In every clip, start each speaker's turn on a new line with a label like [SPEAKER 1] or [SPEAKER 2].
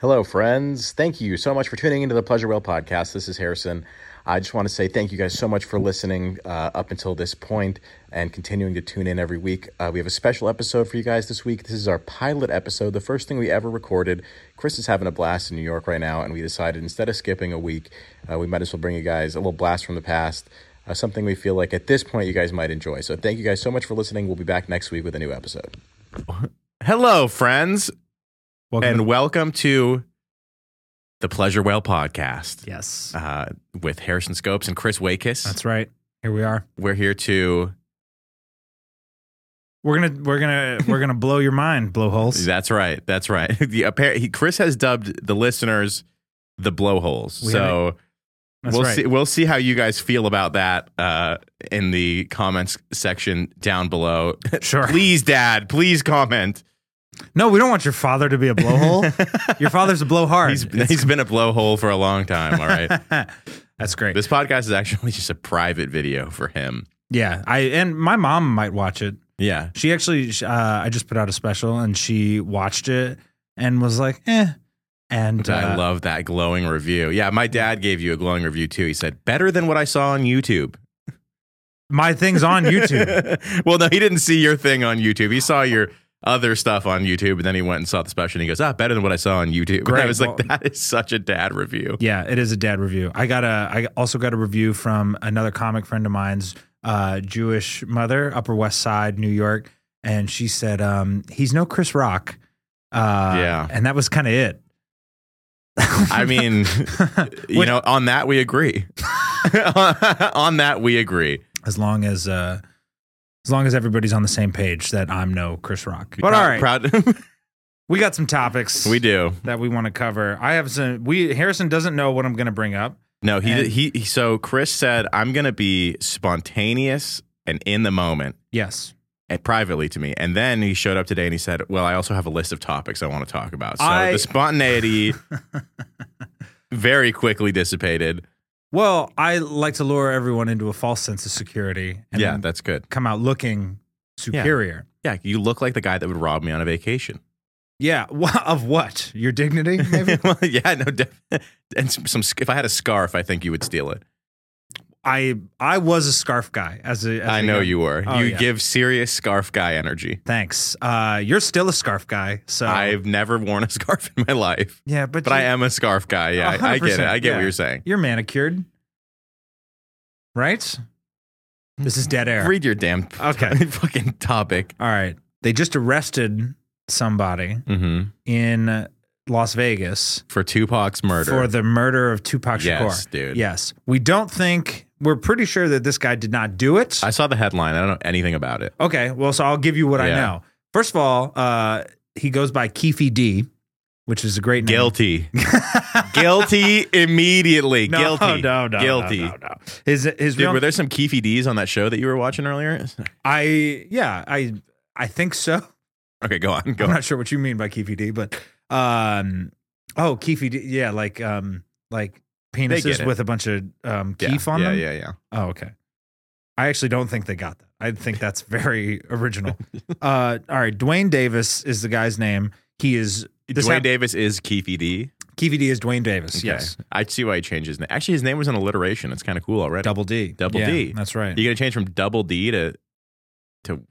[SPEAKER 1] Hello, friends. Thank you so much for tuning into the Pleasure Whale podcast. This is Harrison. I just want to say thank you guys so much for listening uh, up until this point and continuing to tune in every week. Uh, we have a special episode for you guys this week. This is our pilot episode, the first thing we ever recorded. Chris is having a blast in New York right now, and we decided instead of skipping a week, uh, we might as well bring you guys a little blast from the past, uh, something we feel like at this point you guys might enjoy. So thank you guys so much for listening. We'll be back next week with a new episode.
[SPEAKER 2] Hello, friends,
[SPEAKER 3] Welcome
[SPEAKER 2] and
[SPEAKER 3] to-
[SPEAKER 2] welcome to the Pleasure Whale podcast
[SPEAKER 3] yes,
[SPEAKER 2] uh, with Harrison Scopes and Chris Wakis.
[SPEAKER 3] that's right. Here we are.
[SPEAKER 2] We're here to.
[SPEAKER 3] We're gonna we're gonna we're gonna blow your mind, blowholes.
[SPEAKER 2] That's right. That's right. The appar- he, Chris has dubbed the listeners the blowholes.
[SPEAKER 3] We
[SPEAKER 2] so
[SPEAKER 3] That's
[SPEAKER 2] we'll
[SPEAKER 3] right.
[SPEAKER 2] see. We'll see how you guys feel about that uh, in the comments section down below.
[SPEAKER 3] Sure.
[SPEAKER 2] please, Dad. Please comment.
[SPEAKER 3] No, we don't want your father to be a blowhole. your father's a blowhard.
[SPEAKER 2] He's he's been a blowhole for a long time. All right.
[SPEAKER 3] that's great.
[SPEAKER 2] this podcast is actually just a private video for him.
[SPEAKER 3] yeah, I and my mom might watch it.
[SPEAKER 2] Yeah.
[SPEAKER 3] She actually, uh, I just put out a special, and she watched it and was like, "eh." And
[SPEAKER 2] I
[SPEAKER 3] uh,
[SPEAKER 2] love that glowing review. Yeah, my dad gave you a glowing review too. He said, better than what I saw on YouTube.
[SPEAKER 3] my thing's on YouTube.
[SPEAKER 2] well, no, he didn't see your thing on YouTube. He saw your other stuff on YouTube, and then he went and saw the special, and he goes, ah, better than what I saw on YouTube. And I
[SPEAKER 3] Great.
[SPEAKER 2] was
[SPEAKER 3] Well-
[SPEAKER 2] like, that is such a dad review.
[SPEAKER 3] yeah, it is a dad review. I got a. I also got a review from another comic friend of mine's uh, Jewish mother, Upper West Side, New York, and she said, um, "He's no Chris Rock." Uh,
[SPEAKER 2] Yeah.
[SPEAKER 3] and that was kind of it.
[SPEAKER 2] I mean, you
[SPEAKER 3] Which-
[SPEAKER 2] know, on that we agree. on that we agree.
[SPEAKER 3] as long as uh, as long as everybody's on the same page that I'm no Chris Rock. But
[SPEAKER 2] Proud-
[SPEAKER 3] all right,
[SPEAKER 2] proud-
[SPEAKER 3] we got some topics.
[SPEAKER 2] we do.
[SPEAKER 3] that we want to cover. I have some. We Harrison doesn't know what I'm going to bring up.
[SPEAKER 2] No, he
[SPEAKER 3] And-
[SPEAKER 2] he. he- So Chris said, "I'm going to be spontaneous and in the moment."
[SPEAKER 3] Yes,
[SPEAKER 2] And privately to me, and then he showed up today and he said, "Well, I also have a list of topics I want to talk about." So
[SPEAKER 3] I-
[SPEAKER 2] the spontaneity very quickly dissipated.
[SPEAKER 3] Well, I like to lure everyone into a false sense of security and
[SPEAKER 2] yeah,
[SPEAKER 3] then
[SPEAKER 2] that's good.
[SPEAKER 3] come out looking superior.
[SPEAKER 2] Yeah, you look like the guy that would rob me on a vacation.
[SPEAKER 3] Yeah. Wha- of what? Your dignity? Maybe.
[SPEAKER 2] Well, yeah, no, def- and some, some. sc- If I had a scarf, I think you would steal it.
[SPEAKER 3] I I was a scarf guy as a. as
[SPEAKER 2] I
[SPEAKER 3] a
[SPEAKER 2] know
[SPEAKER 3] young-
[SPEAKER 2] you were.
[SPEAKER 3] Oh,
[SPEAKER 2] you
[SPEAKER 3] yeah.
[SPEAKER 2] give serious scarf guy energy.
[SPEAKER 3] Thanks. Uh, you're still a scarf guy. So
[SPEAKER 2] I've never worn a scarf in my life,
[SPEAKER 3] yeah, but
[SPEAKER 2] but I am a scarf guy. Yeah, I, I get it.
[SPEAKER 3] 100%,
[SPEAKER 2] I get what
[SPEAKER 3] yeah.
[SPEAKER 2] you're saying.
[SPEAKER 3] You're manicured, right? This is dead air.
[SPEAKER 2] Read your damn
[SPEAKER 3] Okay.
[SPEAKER 2] fucking topic.
[SPEAKER 3] All right. They just arrested somebody
[SPEAKER 2] Mm-hmm.
[SPEAKER 3] in Las Vegas.
[SPEAKER 2] For Tupac's murder.
[SPEAKER 3] for the murder of Tupac Shakur.
[SPEAKER 2] Yes, dude.
[SPEAKER 3] Yes. We don't think we're pretty sure that this guy did not do it.
[SPEAKER 2] I saw the headline. I don't know anything about it.
[SPEAKER 3] okay, well, so I'll give you what I
[SPEAKER 2] Yeah.
[SPEAKER 3] know. First of all, uh, he goes by Keefe D, which is a great name.
[SPEAKER 2] Guilty. Guilty immediately.
[SPEAKER 3] No,
[SPEAKER 2] Guilty.
[SPEAKER 3] no, no,
[SPEAKER 2] Guilty.
[SPEAKER 3] no, no, no. His his
[SPEAKER 2] Dude,
[SPEAKER 3] real
[SPEAKER 2] were there some Keefy D's on that show that you were watching earlier?
[SPEAKER 3] I yeah, I I think so.
[SPEAKER 2] Okay, go on. Go
[SPEAKER 3] I'm
[SPEAKER 2] on.
[SPEAKER 3] not sure what you mean by Keefe D, but um oh, Keefe D, yeah, like um like
[SPEAKER 2] get
[SPEAKER 3] penises
[SPEAKER 2] it.
[SPEAKER 3] with a bunch of um
[SPEAKER 2] Yeah,
[SPEAKER 3] keef on
[SPEAKER 2] yeah,
[SPEAKER 3] them.
[SPEAKER 2] yeah, yeah.
[SPEAKER 3] Oh, okay. I actually don't think they got that. I think that's very original. Uh, all right, Dwayne Davis is the guy's name. He is This
[SPEAKER 2] Dwayne
[SPEAKER 3] hap-
[SPEAKER 2] Davis is Keefy D.
[SPEAKER 3] KVD is Dwayne Davis.
[SPEAKER 2] Okay.
[SPEAKER 3] Yes,
[SPEAKER 2] I see why he changed his name. Actually, his name was an alliteration. It's kind of cool already.
[SPEAKER 3] Double D.
[SPEAKER 2] Double
[SPEAKER 3] Yeah,
[SPEAKER 2] D.
[SPEAKER 3] That's right.
[SPEAKER 2] You're going to change from Double D to to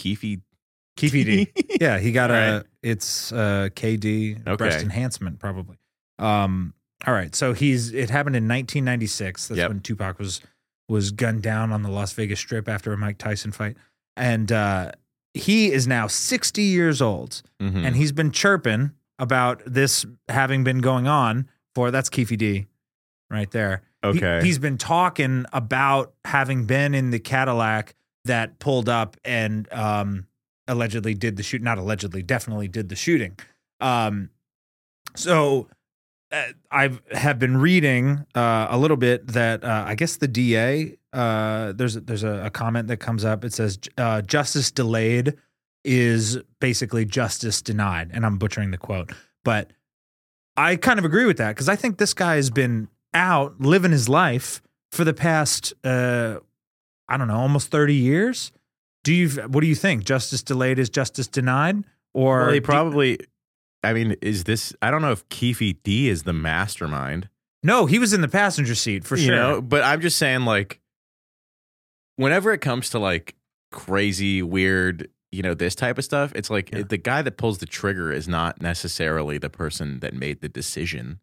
[SPEAKER 2] Keefy
[SPEAKER 3] KVD. yeah, he got
[SPEAKER 2] All
[SPEAKER 3] a. It's uh KD breast
[SPEAKER 2] Okay.
[SPEAKER 3] enhancement probably. Um. All right, so he's. It happened in 1996. That's
[SPEAKER 2] Yep.
[SPEAKER 3] when Tupac was was gunned down on the Las Vegas Strip after a Mike Tyson fight, and uh, he is now 60 years old.
[SPEAKER 2] Mhm.
[SPEAKER 3] and he's been chirping about this having been going on for that's Keefe D right there. He-
[SPEAKER 2] Okay.
[SPEAKER 3] he's been talking about having been in the Cadillac that pulled up and um allegedly did the shoot not allegedly definitely did the shooting. Um so I have been reading uh, a little bit that uh, I guess the DA uh, there's there's a, a comment that comes up. It says uh, justice delayed is basically justice denied, and I'm butchering the quote, but I kind of agree with that because I think this guy has been out living his life for the past uh, I don't know almost 30 years. Do you what do you think? Justice delayed is justice denied, or
[SPEAKER 2] Well, he
[SPEAKER 3] do-
[SPEAKER 2] probably I mean, is this? I don't know if Keefe D is the mastermind,
[SPEAKER 3] No, he was in the passenger seat for
[SPEAKER 2] you
[SPEAKER 3] sure.
[SPEAKER 2] know. But I'm just saying, like, whenever it comes to like crazy, weird, you know, this type of stuff, it's like
[SPEAKER 3] Yeah.
[SPEAKER 2] it- the guy that pulls the trigger is not necessarily the person that made the decision.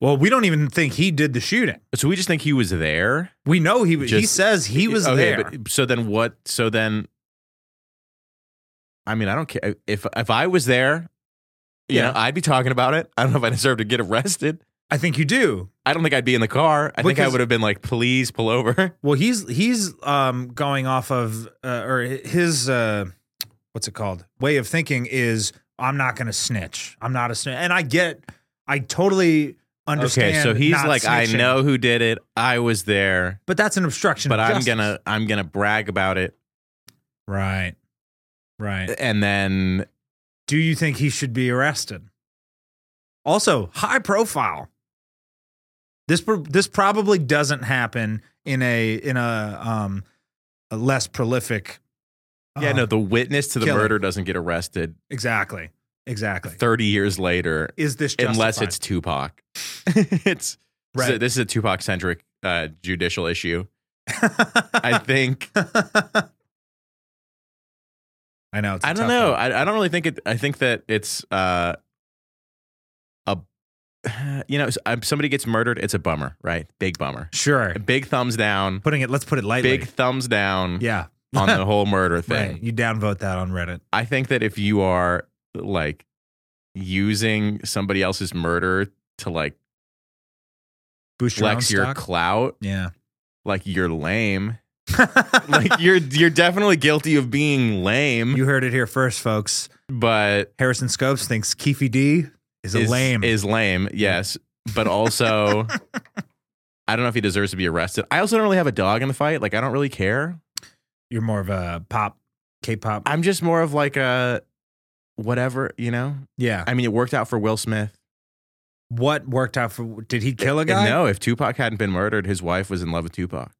[SPEAKER 3] Well, we don't even think he did the shooting.
[SPEAKER 2] So we just think he was there.
[SPEAKER 3] We know he was. he
[SPEAKER 2] Just-
[SPEAKER 3] says he was there.
[SPEAKER 2] But, so then what? So then, I mean, I don't care if if I was there. You
[SPEAKER 3] Yeah.
[SPEAKER 2] know, I'd be talking about it. I don't know if I deserve to get arrested.
[SPEAKER 3] I think you do.
[SPEAKER 2] I don't think I'd be in the car. I think I
[SPEAKER 3] Because-
[SPEAKER 2] would have been like, please pull over.
[SPEAKER 3] Well, he's he's um, going off of uh, or his uh, what's it called way of thinking is I'm not going to snitch. I'm not a snitch, and I get. I totally understand.
[SPEAKER 2] Okay, so he's
[SPEAKER 3] not
[SPEAKER 2] like, I
[SPEAKER 3] snitching,
[SPEAKER 2] know who did it. I was there,
[SPEAKER 3] but that's an obstruction.
[SPEAKER 2] but
[SPEAKER 3] of
[SPEAKER 2] I'm
[SPEAKER 3] justice.
[SPEAKER 2] gonna I'm gonna brag about it.
[SPEAKER 3] right, right.
[SPEAKER 2] And then
[SPEAKER 3] Do you think he should be arrested? Also, high profile. This pro- this probably doesn't happen in a in a um a less prolific.
[SPEAKER 2] yeah,
[SPEAKER 3] uh,
[SPEAKER 2] no, the witness to the
[SPEAKER 3] Killing.
[SPEAKER 2] murder doesn't get arrested
[SPEAKER 3] exactly, exactly.
[SPEAKER 2] 30 years later,
[SPEAKER 3] Is this
[SPEAKER 2] unless
[SPEAKER 3] justified?
[SPEAKER 2] it's Tupac. it's
[SPEAKER 3] right?
[SPEAKER 2] so this is a Tupac centric uh, judicial issue. I think
[SPEAKER 3] I know. It's a
[SPEAKER 2] I don't
[SPEAKER 3] tough
[SPEAKER 2] know.
[SPEAKER 3] one.
[SPEAKER 2] I, I don't really think it. I think that it's uh, a you know, if somebody gets murdered. It's a bummer, right? Big bummer.
[SPEAKER 3] Sure,
[SPEAKER 2] Big thumbs down.
[SPEAKER 3] putting it. Let's put it lightly.
[SPEAKER 2] Big thumbs down
[SPEAKER 3] yeah.
[SPEAKER 2] on the whole murder thing.
[SPEAKER 3] Right. You downvote that on Reddit.
[SPEAKER 2] I think that if you are like using somebody else's murder to like
[SPEAKER 3] Boost your own
[SPEAKER 2] flex your
[SPEAKER 3] stock?
[SPEAKER 2] clout,
[SPEAKER 3] yeah.
[SPEAKER 2] like you're lame. like you're you're definitely guilty of being lame.
[SPEAKER 3] you heard it here first, folks.
[SPEAKER 2] but
[SPEAKER 3] Harrison Scopes thinks Keefe D is a
[SPEAKER 2] is
[SPEAKER 3] lame.
[SPEAKER 2] Is lame, yes. But also, I don't know if he deserves to be arrested. I also don't really have a dog in the fight. Like I don't really care.
[SPEAKER 3] You're more of a pop, K-pop.
[SPEAKER 2] I'm just more of like a whatever, you know.
[SPEAKER 3] yeah.
[SPEAKER 2] I mean, it worked out for Will Smith.
[SPEAKER 3] What worked out for? Did he kill a guy?
[SPEAKER 2] Uh, No, if Tupac hadn't been murdered, his wife was in love with Tupac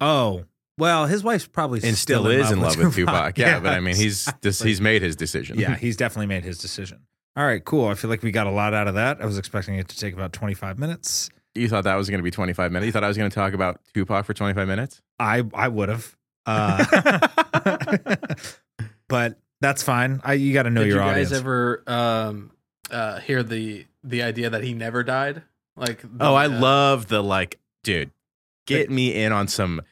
[SPEAKER 3] Oh, well, his wife's probably
[SPEAKER 2] and still, is in love with Tupac. Yeah, but I mean, he's just, he's made his decision.
[SPEAKER 3] yeah, he's definitely made his decision. All right, cool. I feel like we got a lot out of that. I was expecting it to take about 25 minutes.
[SPEAKER 2] you thought that was going to be 25 minutes. You thought I was going to talk about Tupac for 25 minutes.
[SPEAKER 3] I I would have. Uh, but that's fine. I you got to know
[SPEAKER 4] Did
[SPEAKER 3] your
[SPEAKER 4] you guys
[SPEAKER 3] audience.
[SPEAKER 4] ever um, uh, hear the the idea that he never died? Like, the,
[SPEAKER 2] Oh, I
[SPEAKER 4] uh,
[SPEAKER 2] love the like, dude, get me in on some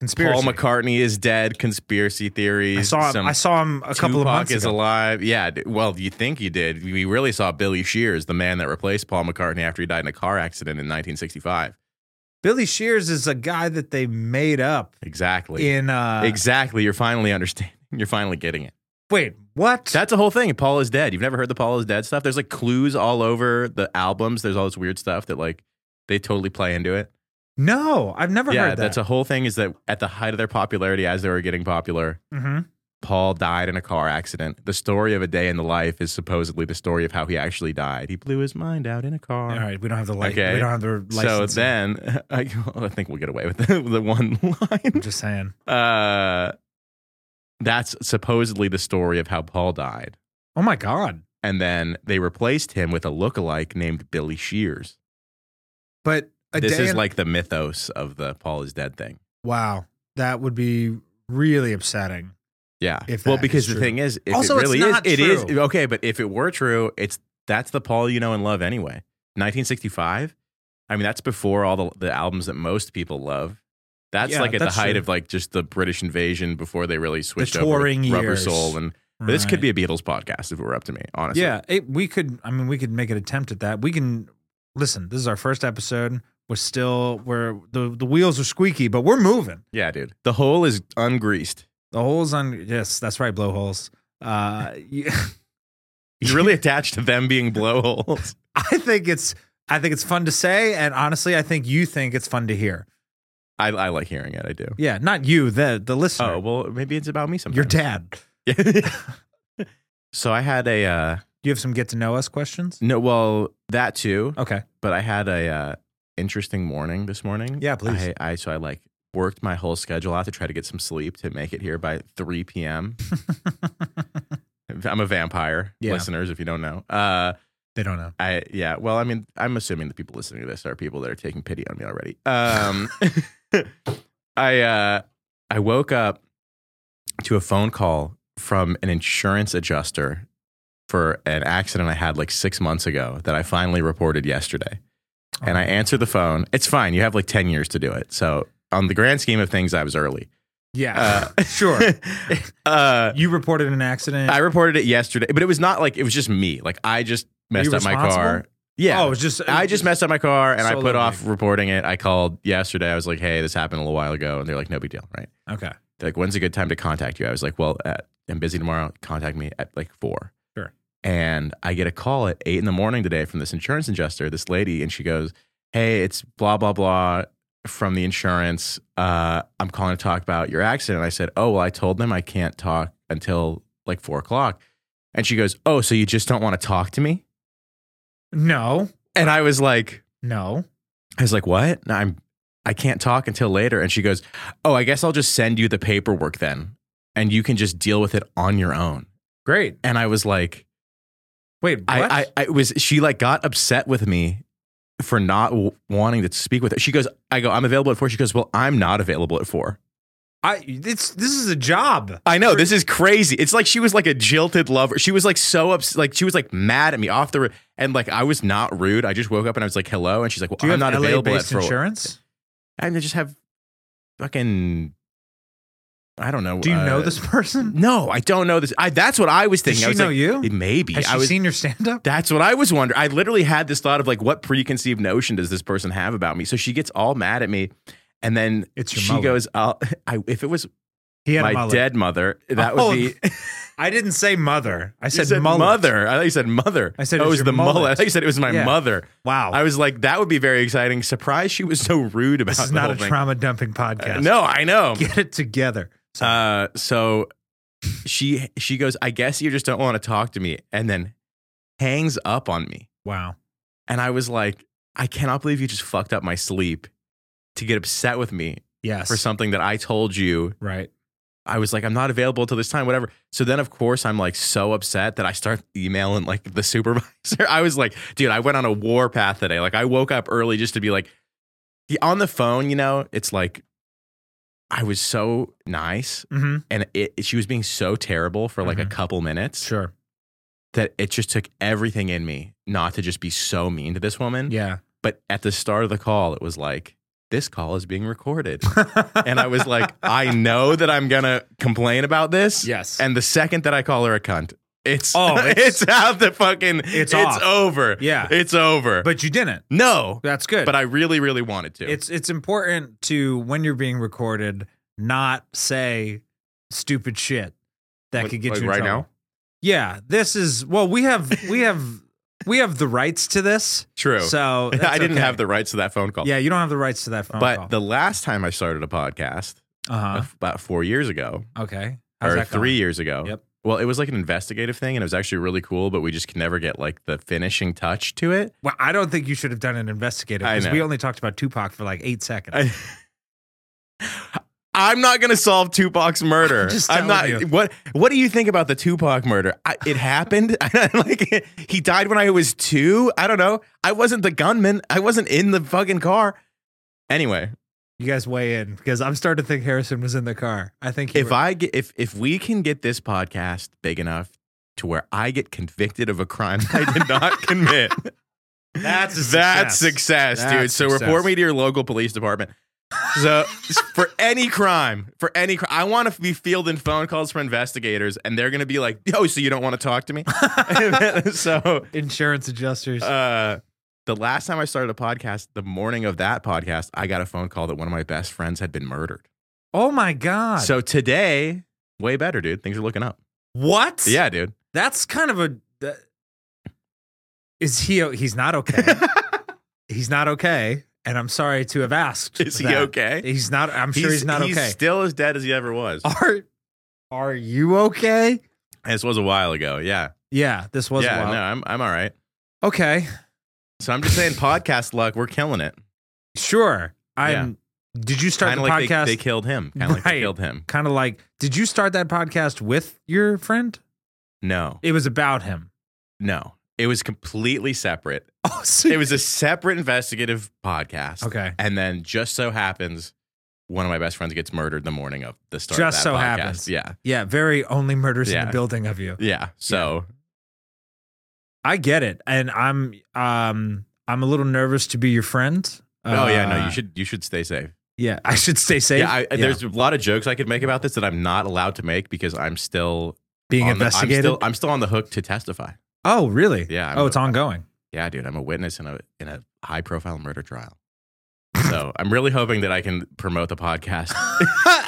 [SPEAKER 3] Conspiracy.
[SPEAKER 2] Paul McCartney is dead. Conspiracy theories.
[SPEAKER 3] I saw him,
[SPEAKER 2] Some
[SPEAKER 3] I saw him a
[SPEAKER 2] Tupac
[SPEAKER 3] couple of months
[SPEAKER 2] is
[SPEAKER 3] ago.
[SPEAKER 2] alive. Yeah. d- Well, you think you did. We really saw Billy Shears, the man that replaced Paul McCartney after he died in a car accident in 1965.
[SPEAKER 3] Billy Shears is a guy that they made up
[SPEAKER 2] Exactly.
[SPEAKER 3] in uh
[SPEAKER 2] exactly. You're finally understanding. You're finally getting it.
[SPEAKER 3] wait, what?
[SPEAKER 2] That's the whole thing. Paul is dead. You've never heard the Paul is dead stuff. There's like clues all over the albums. There's all this weird stuff that like they totally play into it.
[SPEAKER 3] no, I've never
[SPEAKER 2] yeah.
[SPEAKER 3] heard that.
[SPEAKER 2] That's a whole thing. Is that at the height of their popularity, as they were getting popular,
[SPEAKER 3] Mhm.
[SPEAKER 2] Paul died in a car accident. The story of a day in the life is supposedly the story of how he actually died. He blew his mind out in a car.
[SPEAKER 3] All right, we don't have the light.
[SPEAKER 2] Okay.
[SPEAKER 3] We don't have the
[SPEAKER 2] So
[SPEAKER 3] license.
[SPEAKER 2] then, I, I think we'll get away with the, the one
[SPEAKER 3] I'm
[SPEAKER 2] line.
[SPEAKER 3] just saying.
[SPEAKER 2] Uh, that's supposedly the story of how Paul died.
[SPEAKER 3] Oh my god.
[SPEAKER 2] And then they replaced him with a lookalike named Billy Shears.
[SPEAKER 3] But a
[SPEAKER 2] this
[SPEAKER 3] day
[SPEAKER 2] is
[SPEAKER 3] in-
[SPEAKER 2] like the mythos of the Paul is dead thing.
[SPEAKER 3] wow, that would be really upsetting.
[SPEAKER 2] Yeah.
[SPEAKER 3] If
[SPEAKER 2] well,
[SPEAKER 3] that
[SPEAKER 2] because
[SPEAKER 3] is
[SPEAKER 2] the
[SPEAKER 3] true.
[SPEAKER 2] thing is, if
[SPEAKER 3] Also,
[SPEAKER 2] it
[SPEAKER 3] it's
[SPEAKER 2] really
[SPEAKER 3] not
[SPEAKER 2] is, it is
[SPEAKER 3] true.
[SPEAKER 2] okay. But if it were true, it's that's the Paul you know and love anyway. 1965. I mean, that's before all the, the albums that most people love. That's
[SPEAKER 3] Yeah,
[SPEAKER 2] like at
[SPEAKER 3] that's
[SPEAKER 2] the height
[SPEAKER 3] true.
[SPEAKER 2] of like just the British invasion before they really switched over to
[SPEAKER 3] touring
[SPEAKER 2] Rubber
[SPEAKER 3] years.
[SPEAKER 2] Soul, and this could
[SPEAKER 3] Right.
[SPEAKER 2] be a Beatles podcast if it were up to me. Honestly,
[SPEAKER 3] Yeah, it, we could. I mean, we could make an attempt at that. We can listen. This is our first episode. We're still we're the the wheels are squeaky, but we're moving.
[SPEAKER 2] yeah, dude. The hole is ungreased.
[SPEAKER 3] The holes on yes, that's right. Blowholes. Uh, you-
[SPEAKER 2] It's really attached to them being blowholes.
[SPEAKER 3] I think it's I think it's fun to say, and honestly, I think you think it's fun to hear.
[SPEAKER 2] I, I like hearing it. I do.
[SPEAKER 3] Yeah, not you, the the
[SPEAKER 2] Oh
[SPEAKER 3] listener,
[SPEAKER 2] well, maybe it's about me sometimes.
[SPEAKER 3] your dad.
[SPEAKER 2] dad. so I had a uh,
[SPEAKER 3] Do you have some get to know us questions?
[SPEAKER 2] no. Well, that too.
[SPEAKER 3] Okay,
[SPEAKER 2] but I had a uh, interesting morning this morning.
[SPEAKER 3] Yeah, please.
[SPEAKER 2] I, I so I like worked my whole schedule out to try to get some sleep to make it here by 3 p.m. I'm a vampire,
[SPEAKER 3] Yeah.
[SPEAKER 2] listeners, if you don't know. Uh,
[SPEAKER 3] They don't know.
[SPEAKER 2] I yeah. Well, I mean, I'm assuming the people listening to this are people that are taking pity on me already. Um, I uh, I woke up to a phone call from an insurance adjuster for an accident I had like six months ago that I finally reported yesterday. And
[SPEAKER 3] Oh.
[SPEAKER 2] I answered the phone. It's fine. You have like ten years to do it. So on the grand scheme of things, I was early.
[SPEAKER 3] Yeah, sure.
[SPEAKER 2] uh,
[SPEAKER 3] You reported an accident.
[SPEAKER 2] I reported it yesterday, but it was not like it was just me. Like I just messed
[SPEAKER 3] you
[SPEAKER 2] up my
[SPEAKER 3] responsible?
[SPEAKER 2] car. Yeah.
[SPEAKER 3] Oh, it's just
[SPEAKER 2] I just messed up my car and I
[SPEAKER 3] Solo
[SPEAKER 2] put off
[SPEAKER 3] gig.
[SPEAKER 2] reporting it. I called yesterday. I was like, "Hey, this happened a little while ago," and they're like, "No big deal, right?"
[SPEAKER 3] Okay.
[SPEAKER 2] They're like, "When's a good time to contact you?" I was like, "Well, uh I'm busy tomorrow. Contact me at like four.
[SPEAKER 3] Sure.
[SPEAKER 2] And I get a call at eight in the morning today from this insurance adjuster, this lady, and she goes, "Hey, it's blah blah blah from the insurance. Uh, I'm calling to talk about your accident." I said, "Oh, well, I told them I can't talk until like four o'clock," and she goes, "Oh, so you just don't want to talk to me?"
[SPEAKER 3] No,
[SPEAKER 2] And I was like.
[SPEAKER 3] no.
[SPEAKER 2] I was like, "What? No, I'm I can't talk until later." And she goes, "Oh, I guess I'll just send you the paperwork then, and you can just deal with it on your own."
[SPEAKER 3] Great.
[SPEAKER 2] And I was like,
[SPEAKER 3] Wait, what?
[SPEAKER 2] I, I I was she like got upset with me for not w- wanting to speak with her. She goes, "I go, I'm available at four. She goes, "Well, I'm not available at four.
[SPEAKER 3] I- it's this is a job.
[SPEAKER 2] I know this is crazy. It's like she was like a jilted lover. She was like so ups, like she was like mad at me off the r- and like I was not rude. I just woke up and I was like, "Hello," and she's like, "Well,
[SPEAKER 3] Do you
[SPEAKER 2] I'm
[SPEAKER 3] have
[SPEAKER 2] not
[SPEAKER 3] LA
[SPEAKER 2] available at
[SPEAKER 3] based
[SPEAKER 2] four.
[SPEAKER 3] insurance?
[SPEAKER 2] I just have fucking. I don't know.
[SPEAKER 3] Do you know
[SPEAKER 2] uh,
[SPEAKER 3] this person?
[SPEAKER 2] No, I don't know this. I that's what I was
[SPEAKER 3] Does
[SPEAKER 2] thinking.
[SPEAKER 3] she
[SPEAKER 2] I was
[SPEAKER 3] know
[SPEAKER 2] like,
[SPEAKER 3] you?
[SPEAKER 2] it- maybe
[SPEAKER 3] Has
[SPEAKER 2] I
[SPEAKER 3] she
[SPEAKER 2] was.
[SPEAKER 3] seen your stand up?
[SPEAKER 2] that's what I was wondering. I literally had this thought of like, what preconceived notion does this person have about me? So she gets all mad at me, and then
[SPEAKER 3] It's your
[SPEAKER 2] she
[SPEAKER 3] mullet.
[SPEAKER 2] goes, I'll, "I if it was
[SPEAKER 3] He had a
[SPEAKER 2] my
[SPEAKER 3] mullet.
[SPEAKER 2] dead mother, that would
[SPEAKER 3] Oh,
[SPEAKER 2] be."
[SPEAKER 3] I didn't say mother. I
[SPEAKER 2] You
[SPEAKER 3] said,
[SPEAKER 2] said
[SPEAKER 3] mullet.
[SPEAKER 2] mother. I thought you said mother.
[SPEAKER 3] I said
[SPEAKER 2] oh,
[SPEAKER 3] it
[SPEAKER 2] it was
[SPEAKER 3] was your
[SPEAKER 2] the mullet.
[SPEAKER 3] mullet.
[SPEAKER 2] I thought you said it was my
[SPEAKER 3] Yeah.
[SPEAKER 2] mother.
[SPEAKER 3] Wow.
[SPEAKER 2] I was like, that would be very exciting. Surprised she was so rude about
[SPEAKER 3] this is
[SPEAKER 2] the
[SPEAKER 3] not
[SPEAKER 2] whole
[SPEAKER 3] a
[SPEAKER 2] thing.
[SPEAKER 3] trauma dumping
[SPEAKER 2] Uh,
[SPEAKER 3] podcast.
[SPEAKER 2] No, I know.
[SPEAKER 3] Get it together. So,
[SPEAKER 2] Uh, so she she goes, I guess you just don't want to talk to me, and then hangs up on me.
[SPEAKER 3] wow.
[SPEAKER 2] And I was like, I cannot believe you just fucked up my sleep to get upset with me
[SPEAKER 3] Yes.
[SPEAKER 2] for something that I told you.
[SPEAKER 3] right.
[SPEAKER 2] I was like, I'm not available till this time, whatever. So then, of course, I'm like so upset that I start emailing like the supervisor. I was like, dude, I went on a war path today. Like, I woke up early just to be like, on the phone, you know, it's like, I was so nice
[SPEAKER 3] Mm-hmm.
[SPEAKER 2] and it, it- she was being so terrible for like
[SPEAKER 3] Mhm.
[SPEAKER 2] a couple minutes
[SPEAKER 3] Sure.
[SPEAKER 2] that it just took everything in me not to just be so mean to this woman.
[SPEAKER 3] Yeah.
[SPEAKER 2] But at the start of the call, it was like, this call is being recorded. and I was like, I know that I'm going to complain about this.
[SPEAKER 3] yes.
[SPEAKER 2] And the second that I call her a cunt, it's
[SPEAKER 3] Oh,
[SPEAKER 2] oh,
[SPEAKER 3] it's-
[SPEAKER 2] it's, out the fucking
[SPEAKER 3] It's
[SPEAKER 2] it's,
[SPEAKER 3] off.
[SPEAKER 2] over.
[SPEAKER 3] Yeah.
[SPEAKER 2] It's over.
[SPEAKER 3] but you didn't.
[SPEAKER 2] no.
[SPEAKER 3] That's good.
[SPEAKER 2] But I really, really wanted to.
[SPEAKER 3] it's it's important to when you're being recorded not say stupid shit that
[SPEAKER 2] Like-
[SPEAKER 3] could get
[SPEAKER 2] like
[SPEAKER 3] you in
[SPEAKER 2] right
[SPEAKER 3] trouble.
[SPEAKER 2] now?
[SPEAKER 3] Yeah, this is well. We have we have we have the rights to this.
[SPEAKER 2] true.
[SPEAKER 3] So
[SPEAKER 2] I
[SPEAKER 3] that's
[SPEAKER 2] didn't
[SPEAKER 3] okay.
[SPEAKER 2] have the rights to that phone call.
[SPEAKER 3] Yeah, Uh-huh. you don't have the rights to that phone
[SPEAKER 2] But
[SPEAKER 3] call.
[SPEAKER 2] the last time I started a podcast,
[SPEAKER 3] uh
[SPEAKER 2] about four years ago
[SPEAKER 3] huh. Okay. How's
[SPEAKER 2] or
[SPEAKER 3] that
[SPEAKER 2] three
[SPEAKER 3] going?
[SPEAKER 2] years ago.
[SPEAKER 3] Yep.
[SPEAKER 2] Well, it was like an investigative thing, and it was actually really cool, but we just could never get like the finishing touch to it.
[SPEAKER 3] Well, I don't think you should have done an investigative
[SPEAKER 2] I
[SPEAKER 3] because
[SPEAKER 2] know.
[SPEAKER 3] we only talked about Tupac for like eight seconds.
[SPEAKER 2] I- I'm not gonna solve Tupac's murder.
[SPEAKER 3] Just
[SPEAKER 2] I'm not.
[SPEAKER 3] telling you.
[SPEAKER 2] What What do you think about the Tupac murder? I, it happened. I, like he died when I was two. I don't know. I wasn't the gunman. I wasn't in the fucking car. Anyway,
[SPEAKER 3] you guys weigh in because I'm starting to think Harrison was in the car. I think he
[SPEAKER 2] if I get if if we can get this podcast big enough to where I get convicted of a crime I did not commit,
[SPEAKER 3] That's a
[SPEAKER 2] that's
[SPEAKER 3] success.
[SPEAKER 2] success, dude.
[SPEAKER 3] That's
[SPEAKER 2] So
[SPEAKER 3] success.
[SPEAKER 2] report me to your local police department. So for any crime, for any crime, I want to be fielding phone calls from investigators, and they're gonna be like, "Oh, so you don't want to talk to me?" so
[SPEAKER 3] insurance adjusters.
[SPEAKER 2] uh, the last time I started a podcast, the morning of that podcast, I got a phone call that one of my best friends had been murdered.
[SPEAKER 3] oh my god.
[SPEAKER 2] So today, way better, dude. Things are looking up.
[SPEAKER 3] what?
[SPEAKER 2] Yeah, dude.
[SPEAKER 3] That's kind of a. that- is he? o- He's not okay. he's not okay, and I'm sorry to have asked.
[SPEAKER 2] Is he
[SPEAKER 3] that.
[SPEAKER 2] okay?
[SPEAKER 3] He's not. I'm sure he's not okay. Oh.
[SPEAKER 2] still as dead as he ever was.
[SPEAKER 3] are Are you okay?
[SPEAKER 2] This was a while ago. Yeah.
[SPEAKER 3] Yeah, this was
[SPEAKER 2] yeah.
[SPEAKER 3] wild.
[SPEAKER 2] No, I'm I'm all right.
[SPEAKER 3] Okay,
[SPEAKER 2] So I'm just saying, podcast luck, we're killing it.
[SPEAKER 3] sure. I'm. Did you start
[SPEAKER 2] Kind of
[SPEAKER 3] the
[SPEAKER 2] like
[SPEAKER 3] podcast?
[SPEAKER 2] They, they killed him. Kind of like
[SPEAKER 3] Right.
[SPEAKER 2] they killed him.
[SPEAKER 3] kind of like, did you start that podcast with your friend?
[SPEAKER 2] No,
[SPEAKER 3] It was about him.
[SPEAKER 2] no. It was completely separate.
[SPEAKER 3] Oh, so
[SPEAKER 2] It was a separate investigative podcast.
[SPEAKER 3] okay.
[SPEAKER 2] And then just so happens, one of my best friends gets murdered the morning of the start.
[SPEAKER 3] Just
[SPEAKER 2] of that
[SPEAKER 3] so
[SPEAKER 2] podcast.
[SPEAKER 3] happens.
[SPEAKER 2] Yeah.
[SPEAKER 3] Yeah, very only murders in
[SPEAKER 2] Yeah.
[SPEAKER 3] the building of you.
[SPEAKER 2] Yeah. So
[SPEAKER 3] I get it, and I'm um I'm a little nervous to be your friend.
[SPEAKER 2] oh yeah, no,
[SPEAKER 3] Uh,
[SPEAKER 2] you should you should stay safe.
[SPEAKER 3] Yeah, I should stay safe.
[SPEAKER 2] Yeah, I, there's a lot of jokes I could make about this that I'm not allowed to make because I'm still
[SPEAKER 3] being
[SPEAKER 2] on the- I'm
[SPEAKER 3] investigated.
[SPEAKER 2] still- I'm still on the hook to testify.
[SPEAKER 3] oh, really?
[SPEAKER 2] Yeah. I'm
[SPEAKER 3] oh,
[SPEAKER 2] a-
[SPEAKER 3] it's ongoing.
[SPEAKER 2] yeah, dude, I'm a witness in a in a high profile murder trial. So I'm really hoping that I can promote the podcast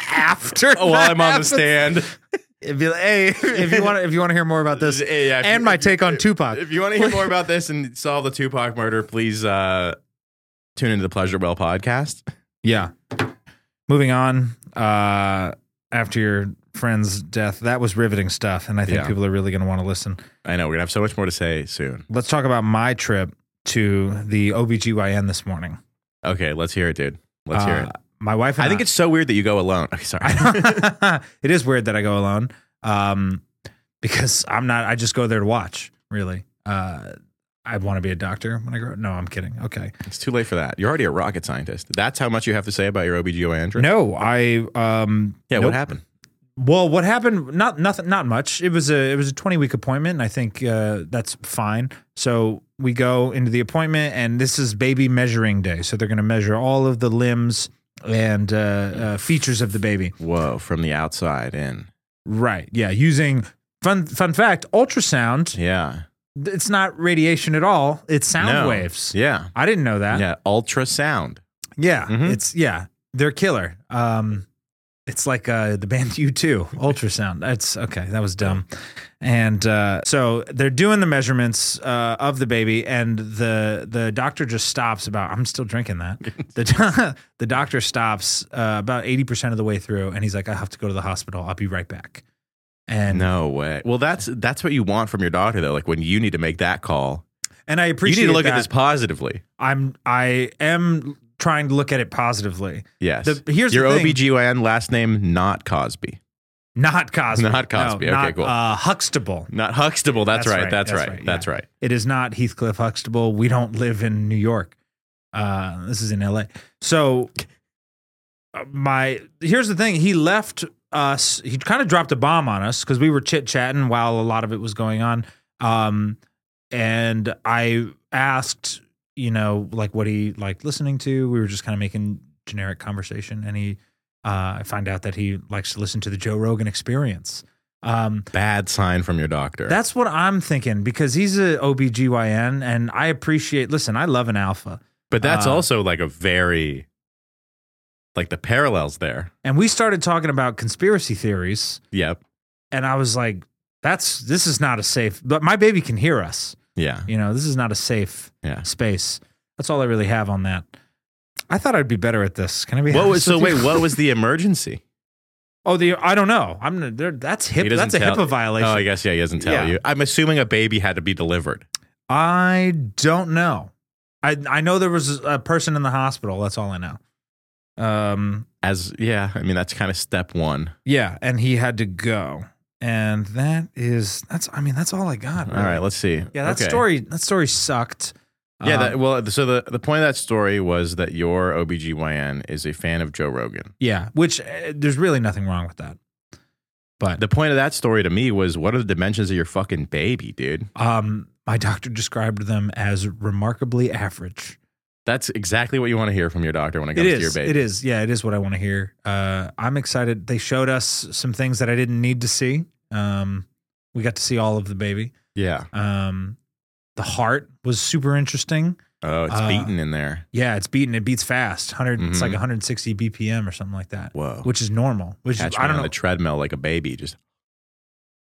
[SPEAKER 3] After
[SPEAKER 2] while I'm on the
[SPEAKER 3] happens-
[SPEAKER 2] stand.
[SPEAKER 3] It'd be like, hey, if you want, if you want to hear more about this
[SPEAKER 2] Yeah, if
[SPEAKER 3] and
[SPEAKER 2] you-
[SPEAKER 3] my
[SPEAKER 2] if you-
[SPEAKER 3] take on Tupac,
[SPEAKER 2] If you want to hear more about this and solve the Tupac murder, please uh, tune into the Pleasure Well podcast.
[SPEAKER 3] Yeah. Moving on. Uh, after your friend's death, that was riveting stuff, and I think
[SPEAKER 2] Yeah.
[SPEAKER 3] people are really going to want to listen.
[SPEAKER 2] I know we're gonna have so much more to say soon.
[SPEAKER 3] Let's talk about my trip to the OBGYN this morning.
[SPEAKER 2] Okay, let's hear it, dude. Let's hear
[SPEAKER 3] Uh,
[SPEAKER 2] it.
[SPEAKER 3] My wife. And
[SPEAKER 2] I think it's so weird that you go alone. Okay, sorry.
[SPEAKER 3] it's. it is weird that I go alone, um, because I'm not. I just go there to watch. Really, uh, I want to be a doctor when I grow. No, I'm kidding. Okay.
[SPEAKER 2] it's too late for that. You're already a rocket scientist. That's how much you have to say about your OBGYN trip.
[SPEAKER 3] No, I. Um,
[SPEAKER 2] Yeah,
[SPEAKER 3] nope.
[SPEAKER 2] what happened?
[SPEAKER 3] Well, what happened? Not nothing. Not much. It was a it was a twenty week appointment, and I think uh, that's fine. So we go into the appointment, and this is baby measuring day. So they're going to measure all of the limbs and uh, uh, features of the baby.
[SPEAKER 2] Whoa, from the outside in.
[SPEAKER 3] Right. Yeah. Using fun fun fact ultrasound.
[SPEAKER 2] Yeah.
[SPEAKER 3] It's not radiation at all. It's sound
[SPEAKER 2] No.
[SPEAKER 3] waves.
[SPEAKER 2] Yeah.
[SPEAKER 3] I didn't know that.
[SPEAKER 2] Yeah. Ultrasound.
[SPEAKER 3] Yeah,
[SPEAKER 2] Mhm.
[SPEAKER 3] it's yeah, they're killer. Um, it's like uh, the band U two ultrasound. That's okay. That was dumb. And uh, so they're doing the measurements uh, of the baby, and the the doctor just stops about. I'm still drinking that. the do- The doctor stops uh, about eighty percent of the way through, and he's like, "I have to go to the hospital. I'll be right back." And
[SPEAKER 2] No way. Well, that's that's what you want from your doctor though. Like when you need to make that call,
[SPEAKER 3] and I appreciate
[SPEAKER 2] you need to look at
[SPEAKER 3] that.
[SPEAKER 2] this positively.
[SPEAKER 3] I'm I am trying to look at it positively.
[SPEAKER 2] Yes.
[SPEAKER 3] The, here's
[SPEAKER 2] your
[SPEAKER 3] the thing.
[SPEAKER 2] OBGYN last name not Cosby.
[SPEAKER 3] Not Cosby.
[SPEAKER 2] Not Cosby. Okay,
[SPEAKER 3] No, not,
[SPEAKER 2] cool.
[SPEAKER 3] Uh, Huxtable.
[SPEAKER 2] Not Huxtable. That's,
[SPEAKER 3] That's
[SPEAKER 2] right,
[SPEAKER 3] right,
[SPEAKER 2] That's,
[SPEAKER 3] that's
[SPEAKER 2] right.
[SPEAKER 3] right,
[SPEAKER 2] That's right.
[SPEAKER 3] It is not Heathcliff Huxtable. We don't live in New York. Uh, this is in LA. So uh, my here's the thing. He left us. He kind of dropped a bomb on us because we were chit chatting while a lot of it was going on. Um, and I asked, you know, like what he liked listening to. We were just kind of making generic conversation, and he. Uh, I find out that he likes to listen to the Joe Rogan Experience. Um,
[SPEAKER 2] Bad sign from your doctor.
[SPEAKER 3] that's what I'm thinking because he's a OBGYN and I appreciate listen, I love an alpha.
[SPEAKER 2] but that's
[SPEAKER 3] uh,
[SPEAKER 2] also like a very like the parallels there.
[SPEAKER 3] And we started talking about conspiracy theories
[SPEAKER 2] Yep.
[SPEAKER 3] and I was like that's this is not a safe but my baby can hear us.
[SPEAKER 2] Yeah.
[SPEAKER 3] You know, this is not a safe
[SPEAKER 2] Yeah.
[SPEAKER 3] space. That's all I really have on that. I thought I'd be better at this. Can I be
[SPEAKER 2] What was
[SPEAKER 3] honest
[SPEAKER 2] so
[SPEAKER 3] with you?
[SPEAKER 2] wait, what was the emergency?
[SPEAKER 3] Oh, the I don't know. I'm there that's hip
[SPEAKER 2] doesn't
[SPEAKER 3] that's a
[SPEAKER 2] tell-
[SPEAKER 3] HIPAA violation.
[SPEAKER 2] Oh, I guess yeah, he doesn't tell
[SPEAKER 3] Yeah.
[SPEAKER 2] you. I'm assuming a baby had to be delivered.
[SPEAKER 3] I don't know. I I know there was a person in the hospital, that's all I know. Um
[SPEAKER 2] As yeah, I mean that's kind of step one.
[SPEAKER 3] Yeah, and he had to go. And that is that's I mean, that's all I got.
[SPEAKER 2] All
[SPEAKER 3] really.
[SPEAKER 2] right, let's see.
[SPEAKER 3] Yeah, that
[SPEAKER 2] Okay.
[SPEAKER 3] story that story sucked.
[SPEAKER 2] Yeah,
[SPEAKER 3] Um,
[SPEAKER 2] that, well, so the, the point of that story was that your OBGYN is a fan of Joe Rogan.
[SPEAKER 3] yeah, which uh, there's really nothing wrong with that. But
[SPEAKER 2] The point of that story to me was what are the dimensions of your fucking baby, dude?
[SPEAKER 3] um my doctor described them as remarkably average.
[SPEAKER 2] That's exactly what you want to hear from your doctor when it
[SPEAKER 3] It
[SPEAKER 2] comes to your
[SPEAKER 3] is.
[SPEAKER 2] baby.
[SPEAKER 3] It is. Yeah, it is what I want to hear. Uh I'm excited. They showed us some things that I didn't need to see. Um we got to see all of the baby.
[SPEAKER 2] Yeah.
[SPEAKER 3] Um the heart was super interesting.
[SPEAKER 2] Oh, it's
[SPEAKER 3] Uh,
[SPEAKER 2] beaten in there.
[SPEAKER 3] Yeah, it's beating. It beats fast. 100 It's like
[SPEAKER 2] Mhm.
[SPEAKER 3] 160 BPM or something like that,
[SPEAKER 2] Whoa.
[SPEAKER 3] which is normal. Which is,
[SPEAKER 2] Catch
[SPEAKER 3] I
[SPEAKER 2] me
[SPEAKER 3] don't
[SPEAKER 2] on
[SPEAKER 3] know.
[SPEAKER 2] the treadmill like a baby. Just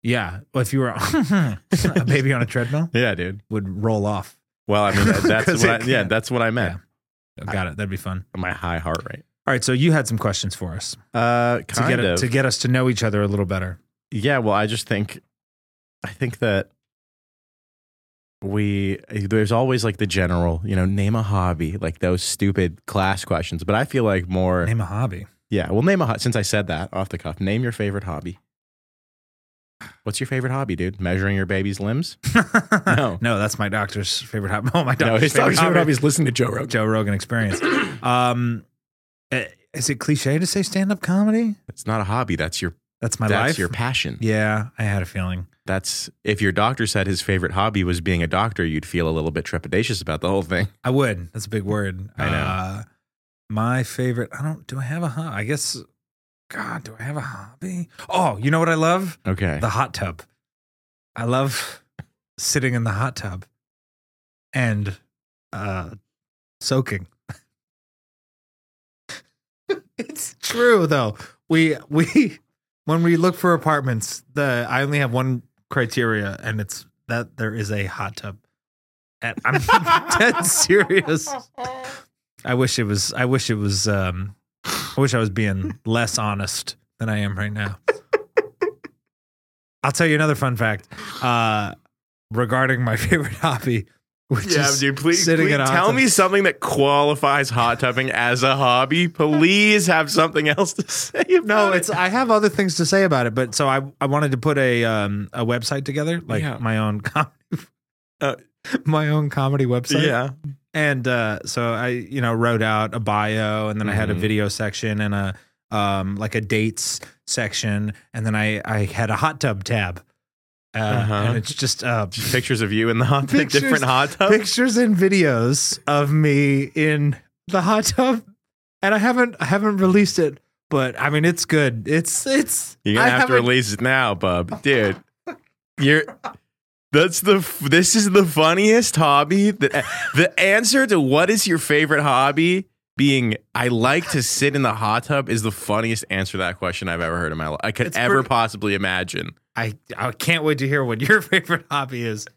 [SPEAKER 3] yeah, well, if you were a baby on a treadmill,
[SPEAKER 2] yeah, dude.
[SPEAKER 3] would roll off.
[SPEAKER 2] Well, I mean, that- that's
[SPEAKER 3] 'Cause
[SPEAKER 2] what
[SPEAKER 3] it
[SPEAKER 2] I, yeah,
[SPEAKER 3] can't.
[SPEAKER 2] that's what I meant.
[SPEAKER 3] Oh, got it. That'd be fun.
[SPEAKER 2] My high heart rate.
[SPEAKER 3] All right, so you had some questions for us
[SPEAKER 2] Uh, kind
[SPEAKER 3] to get
[SPEAKER 2] of.
[SPEAKER 3] to get us to know each other a little better.
[SPEAKER 2] yeah well i just think i think that we there's always like the general you know name a hobby like those stupid class questions but i feel like more
[SPEAKER 3] Name a hobby.
[SPEAKER 2] yeah well name a ho- since i said that off the cuff name your favorite hobby What's your favorite hobby, dude? Measuring your baby's limbs? No.
[SPEAKER 3] no, that's my doctor's favorite hobby. Oh, my
[SPEAKER 2] No,
[SPEAKER 3] doctor's
[SPEAKER 2] his
[SPEAKER 3] favorite
[SPEAKER 2] favorite
[SPEAKER 3] hobby.
[SPEAKER 2] hobby is listening to Joe Rogan.
[SPEAKER 3] Joe Rogan Experience. um, eh, is it cliche to say stand up comedy?
[SPEAKER 2] It's not a hobby. That's your
[SPEAKER 3] That's my
[SPEAKER 2] that's
[SPEAKER 3] life.
[SPEAKER 2] your passion.
[SPEAKER 3] yeah, I had a feeling.
[SPEAKER 2] That's if your doctor said his favorite hobby was being a doctor, you'd feel a little bit trepidatious about the whole thing.
[SPEAKER 3] I would. That's a big word.
[SPEAKER 2] I know.
[SPEAKER 3] Uh, my favorite. I don't. Do I have a hobby? I guess. God, do I have a hobby? Oh, you know what I love?
[SPEAKER 2] Okay.
[SPEAKER 3] The hot tub. I love sitting in the hot tub and uh, soaking. it's true though. We we when we look for apartments, the I only have one criteria, and it's that there is a hot tub. And I'm dead serious. I wish it was. I wish it was. Um, I wish I was being less honest than I am right now. I'll tell you another fun fact uh, regarding my favorite hobby, which is sitting in a hot tub.
[SPEAKER 2] something that qualifies hot tubbing as a hobby. Please have something else to say.
[SPEAKER 3] No, it's I have other things to say about it, but so I I wanted to put a um a website together, like
[SPEAKER 2] Yeah.
[SPEAKER 3] my own comedy,
[SPEAKER 2] Uh,
[SPEAKER 3] my own comedy website.
[SPEAKER 2] yeah.
[SPEAKER 3] and uh, so I, you know, wrote out a bio, and then I had a
[SPEAKER 2] Mhm.
[SPEAKER 3] video section and a um, like a dates section, and then I I had a hot tub tab, uh,
[SPEAKER 2] Uh-huh.
[SPEAKER 3] and it's just uh,
[SPEAKER 2] Pictures of you in the hot
[SPEAKER 3] Pictures-
[SPEAKER 2] different hot tub.
[SPEAKER 3] pictures and videos of me in the hot tub, and I haven't I haven't released it, but I mean it's good. It's it's
[SPEAKER 2] You're gonna
[SPEAKER 3] I
[SPEAKER 2] have to
[SPEAKER 3] haven't-
[SPEAKER 2] release it now, bub, dude. You're that's the f- this is the funniest hobby. The the answer to what is your favorite hobby being I like to sit in the hot tub is the funniest answer to that question I've ever heard in my life. I could
[SPEAKER 3] It's
[SPEAKER 2] ever
[SPEAKER 3] pretty-
[SPEAKER 2] possibly imagine.
[SPEAKER 3] I I can't wait to hear what your favorite hobby is.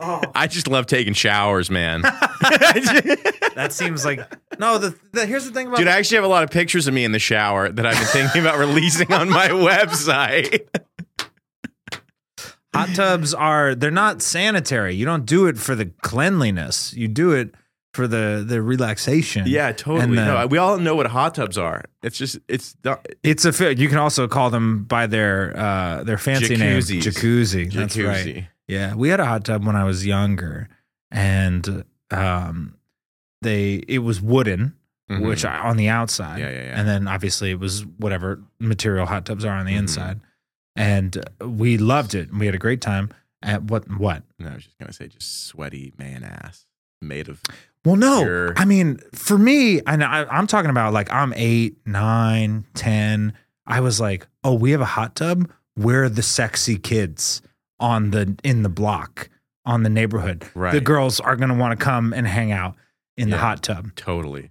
[SPEAKER 3] Oh.
[SPEAKER 2] I just love taking showers, man.
[SPEAKER 3] That seems like no. The, the here's the thing about
[SPEAKER 2] Dude, I actually have a lot of pictures of me in the shower that I've been thinking about releasing on my website.
[SPEAKER 3] hot tubs are they're not sanitary. You don't do it for the cleanliness. You do it for the the relaxation.
[SPEAKER 2] Yeah, totally.
[SPEAKER 3] the-
[SPEAKER 2] no, we all know what hot tubs are. It's just it's not-
[SPEAKER 3] it's a fi- you can also call them by their uh their fancy name
[SPEAKER 2] Jacuzzis.
[SPEAKER 3] jacuzzi. That's
[SPEAKER 2] jacuzzi.
[SPEAKER 3] right. Yeah, we had a hot tub when I was younger, and um, they it was wooden,
[SPEAKER 2] Mhm.
[SPEAKER 3] which I, on the outside,
[SPEAKER 2] Yeah, yeah, yeah.
[SPEAKER 3] and then obviously it was whatever material hot tubs are on the
[SPEAKER 2] Mhm.
[SPEAKER 3] inside, and we loved it. We had a great time. At what what?
[SPEAKER 2] No, I was just gonna say, just sweaty man ass made of.
[SPEAKER 3] Well, no.
[SPEAKER 2] Sure.
[SPEAKER 3] I mean, for me, and I, I'm talking about like I'm eight, nine, ten. I was like, oh, we have a hot tub. We're the sexy kids on the in the block on the neighborhood. The
[SPEAKER 2] Right.
[SPEAKER 3] girls are gonna want to come and hang out in the
[SPEAKER 2] Yeah.
[SPEAKER 3] hot tub.
[SPEAKER 2] Totally.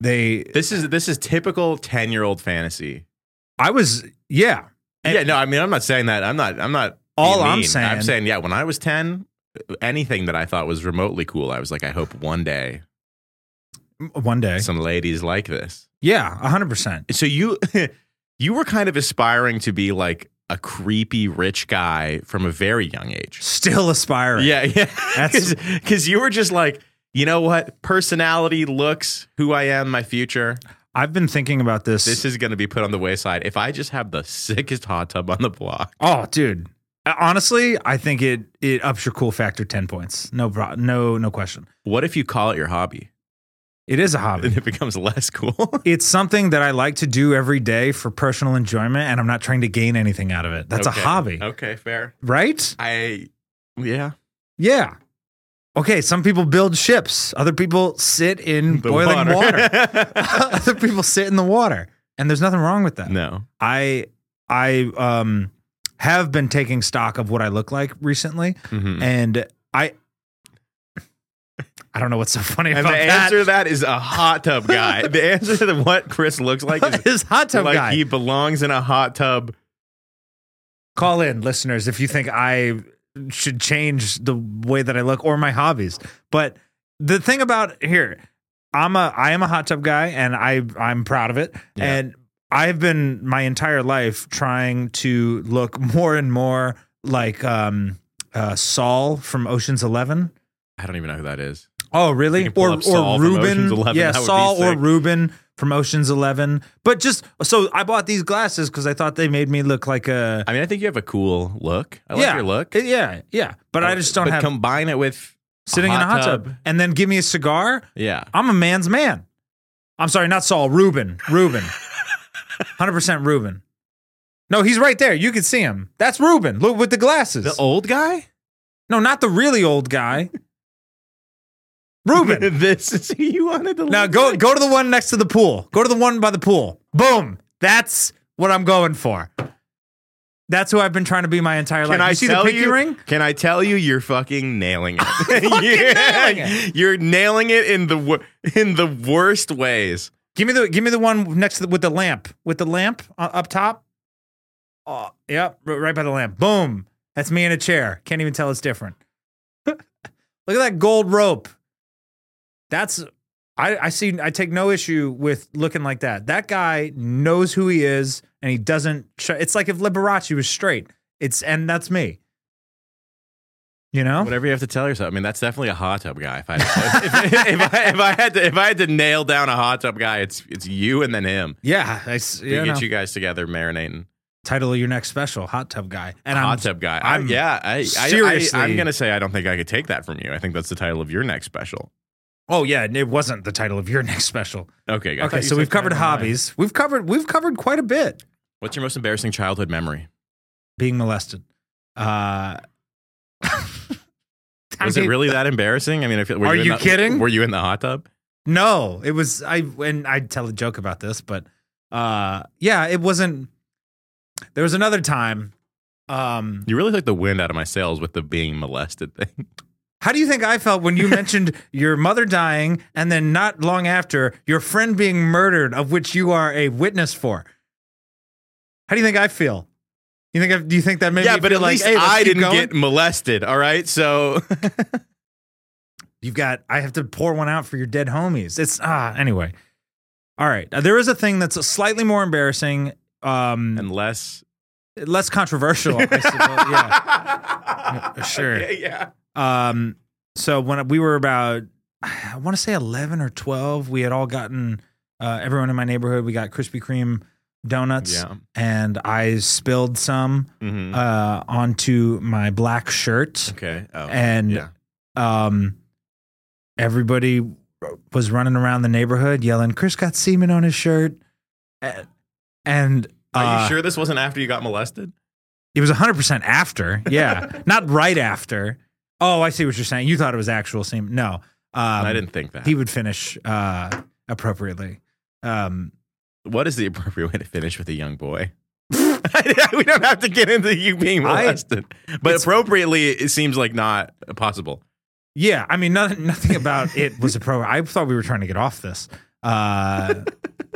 [SPEAKER 3] They,
[SPEAKER 2] This is this is typical ten year old fantasy.
[SPEAKER 3] I was, yeah. And-
[SPEAKER 2] yeah. No, I mean, I'm not saying that. I'm not. I'm not.
[SPEAKER 3] All
[SPEAKER 2] being
[SPEAKER 3] I'm
[SPEAKER 2] mean.
[SPEAKER 3] saying,
[SPEAKER 2] I'm saying, yeah. When I was ten, anything that I thought was remotely cool, I was like, I hope one day
[SPEAKER 3] one day,
[SPEAKER 2] some ladies like this.
[SPEAKER 3] yeah, hundred percent.
[SPEAKER 2] So you, you were kind of aspiring to be like a creepy rich guy from a very young age.
[SPEAKER 3] Still aspiring.
[SPEAKER 2] Yeah, yeah.
[SPEAKER 3] That's-
[SPEAKER 2] Because you were just like, you know what? Personality, looks, who I am, my future.
[SPEAKER 3] I've been thinking about this.
[SPEAKER 2] This is going to be put on the wayside. If I just have the sickest hot tub on the block,
[SPEAKER 3] Oh, dude. Uh, Honestly, I think it it ups your cool factor ten points. No, bro- no, no question.
[SPEAKER 2] what if you call it your hobby
[SPEAKER 3] It is a hobby.
[SPEAKER 2] and it becomes less cool?
[SPEAKER 3] It's something that I like to do every day for personal enjoyment, and I'm not trying to gain anything out of it. That's
[SPEAKER 2] Okay.
[SPEAKER 3] a hobby,
[SPEAKER 2] Okay, fair.
[SPEAKER 3] right?
[SPEAKER 2] I, yeah.
[SPEAKER 3] Yeah. Okay. Some people build ships. Other people sit in
[SPEAKER 2] The
[SPEAKER 3] boiling water.
[SPEAKER 2] water.
[SPEAKER 3] other people sit in the water, and there's nothing wrong with that.
[SPEAKER 2] no.
[SPEAKER 3] I I um have been taking stock of what I look like recently,
[SPEAKER 2] Mhm.
[SPEAKER 3] and I I don't know what's so funny
[SPEAKER 2] And
[SPEAKER 3] about
[SPEAKER 2] the
[SPEAKER 3] that.
[SPEAKER 2] answer to that is a hot tub guy. the answer to the, what Chris looks like is
[SPEAKER 3] His hot tub
[SPEAKER 2] like
[SPEAKER 3] guy.
[SPEAKER 2] he belongs in a hot tub.
[SPEAKER 3] Call in, listeners, if you think I should change the way that I look or my hobbies. But the thing about here, I'm a I am a hot tub guy, and I I'm proud of it.
[SPEAKER 2] Yeah.
[SPEAKER 3] And I've been my entire life trying to look more and more like um, uh, Saul from Ocean's Eleven.
[SPEAKER 2] I don't even know who that is.
[SPEAKER 3] Oh, really?
[SPEAKER 2] can pull
[SPEAKER 3] Or
[SPEAKER 2] up
[SPEAKER 3] or
[SPEAKER 2] Saul from Ocean's
[SPEAKER 3] Ruben?
[SPEAKER 2] Eleven.
[SPEAKER 3] Yeah,
[SPEAKER 2] That would be
[SPEAKER 3] Saul or
[SPEAKER 2] sick.
[SPEAKER 3] Ruben from Ocean's Eleven. But just so I bought these glasses because I thought they made me look like a
[SPEAKER 2] I mean, I think you have a cool look. I
[SPEAKER 3] yeah,
[SPEAKER 2] like your look.
[SPEAKER 3] Yeah, yeah. But I just don't
[SPEAKER 2] Oh, but
[SPEAKER 3] have
[SPEAKER 2] combine it with
[SPEAKER 3] sitting in a hot tub. and then give me a cigar.
[SPEAKER 2] Yeah.
[SPEAKER 3] I'm a man's man. I'm sorry, not Saul. Ruben. Ruben. Hundred percent Ruben. No, he's right there. You can see him. That's Ruben. Look with the glasses.
[SPEAKER 2] The old guy?
[SPEAKER 3] no, not the really old guy. Ruben.
[SPEAKER 2] this is who you wanted to
[SPEAKER 3] Now
[SPEAKER 2] look
[SPEAKER 3] go
[SPEAKER 2] like?
[SPEAKER 3] go to the one next to the pool. Go to the one by the pool. Boom. That's what I'm going for. That's who I've been trying to be my entire life.
[SPEAKER 2] Can I
[SPEAKER 3] you see
[SPEAKER 2] tell
[SPEAKER 3] the pinky
[SPEAKER 2] you?
[SPEAKER 3] ring?
[SPEAKER 2] Can I tell you? You're fucking nailing it.
[SPEAKER 3] nailing it.
[SPEAKER 2] You're nailing it in the wor- in the worst ways.
[SPEAKER 3] Give me the give me the one next to the, with the lamp with the lamp uh, up top. Oh, yep, r- right by the lamp. Boom. That's me in a chair. Can't even tell it's different. Look at that gold rope. That's I, I see I take no issue with looking like that. That guy knows who he is and he doesn't sh- it's like if Liberace was straight. It's and that's me. You know?
[SPEAKER 2] Whatever you have to tell yourself. I mean, that's definitely a hot tub guy. If I if, if I, if I had to if I had to nail down a hot tub guy, it's it's you and then him.
[SPEAKER 3] Yeah, I s-
[SPEAKER 2] We
[SPEAKER 3] you
[SPEAKER 2] get
[SPEAKER 3] know.
[SPEAKER 2] you guys together marinating.
[SPEAKER 3] title of your next special, Hot Tub Guy. And
[SPEAKER 2] hot
[SPEAKER 3] I'm
[SPEAKER 2] tub guy.
[SPEAKER 3] I'm
[SPEAKER 2] I'm, yeah. I, I,
[SPEAKER 3] seriously-
[SPEAKER 2] I, I'm gonna say I don't think I could take that from you. I think that's the title of your next special.
[SPEAKER 3] Oh yeah, and it wasn't the title of your next special.
[SPEAKER 2] Okay. I thought
[SPEAKER 3] Okay,
[SPEAKER 2] you
[SPEAKER 3] so
[SPEAKER 2] said
[SPEAKER 3] we've covered
[SPEAKER 2] title of mine.
[SPEAKER 3] hobbies. We've covered we've covered quite a bit.
[SPEAKER 2] What's your most embarrassing childhood memory?
[SPEAKER 3] Being molested. Uh I
[SPEAKER 2] Was
[SPEAKER 3] mean, uh,
[SPEAKER 2] it really that embarrassing? I mean, if, were
[SPEAKER 3] Are
[SPEAKER 2] in
[SPEAKER 3] you
[SPEAKER 2] the-
[SPEAKER 3] kidding?
[SPEAKER 2] Were you in the hot tub?
[SPEAKER 3] No, it was I and I tell a joke about this, but uh yeah, it wasn't there was another time. Um
[SPEAKER 2] You really took the wind out of my sails with the being molested thing.
[SPEAKER 3] how do you think I felt when you mentioned your mother dying and then not long after your friend being murdered, of which you are a witness for? How do you think I feel? You think I, do you think that made me feel like, hey, let's
[SPEAKER 2] I
[SPEAKER 3] keep
[SPEAKER 2] didn't
[SPEAKER 3] going?
[SPEAKER 2] get molested. All right, so
[SPEAKER 3] You've got. I have to pour one out for your dead homies. It's ah. Anyway, all right. Uh, There is a thing that's slightly more embarrassing, um,
[SPEAKER 2] unless
[SPEAKER 3] and less controversial. I suppose. yeah.
[SPEAKER 2] yeah,
[SPEAKER 3] Sure.
[SPEAKER 2] yeah.
[SPEAKER 3] Um. So when we were about, I want to say eleven or twelve, we had all gotten. Uh, everyone in my neighborhood, we got Krispy Kreme donuts,
[SPEAKER 2] Yeah.
[SPEAKER 3] and I spilled some
[SPEAKER 2] Mhm.
[SPEAKER 3] uh, onto my black shirt,
[SPEAKER 2] okay. Oh,
[SPEAKER 3] and
[SPEAKER 2] yeah.
[SPEAKER 3] um, everybody was running around the neighborhood yelling, "Chris got semen on his shirt," A- and
[SPEAKER 2] Are
[SPEAKER 3] uh,
[SPEAKER 2] you sure this wasn't after you got molested?
[SPEAKER 3] it was hundred percent after, yeah, not right after. Oh, I see what you're saying. You thought it was actual semen? No, um,
[SPEAKER 2] I didn't think that.
[SPEAKER 3] He would finish uh, appropriately. Um,
[SPEAKER 2] what is the appropriate way to finish with a young boy? we don't have to get into you being
[SPEAKER 3] I-
[SPEAKER 2] molested, but
[SPEAKER 3] it's-
[SPEAKER 2] appropriately, it seems like not possible.
[SPEAKER 3] yeah, I mean, nothing, nothing about it was appropriate. I thought we were trying to get off this, uh,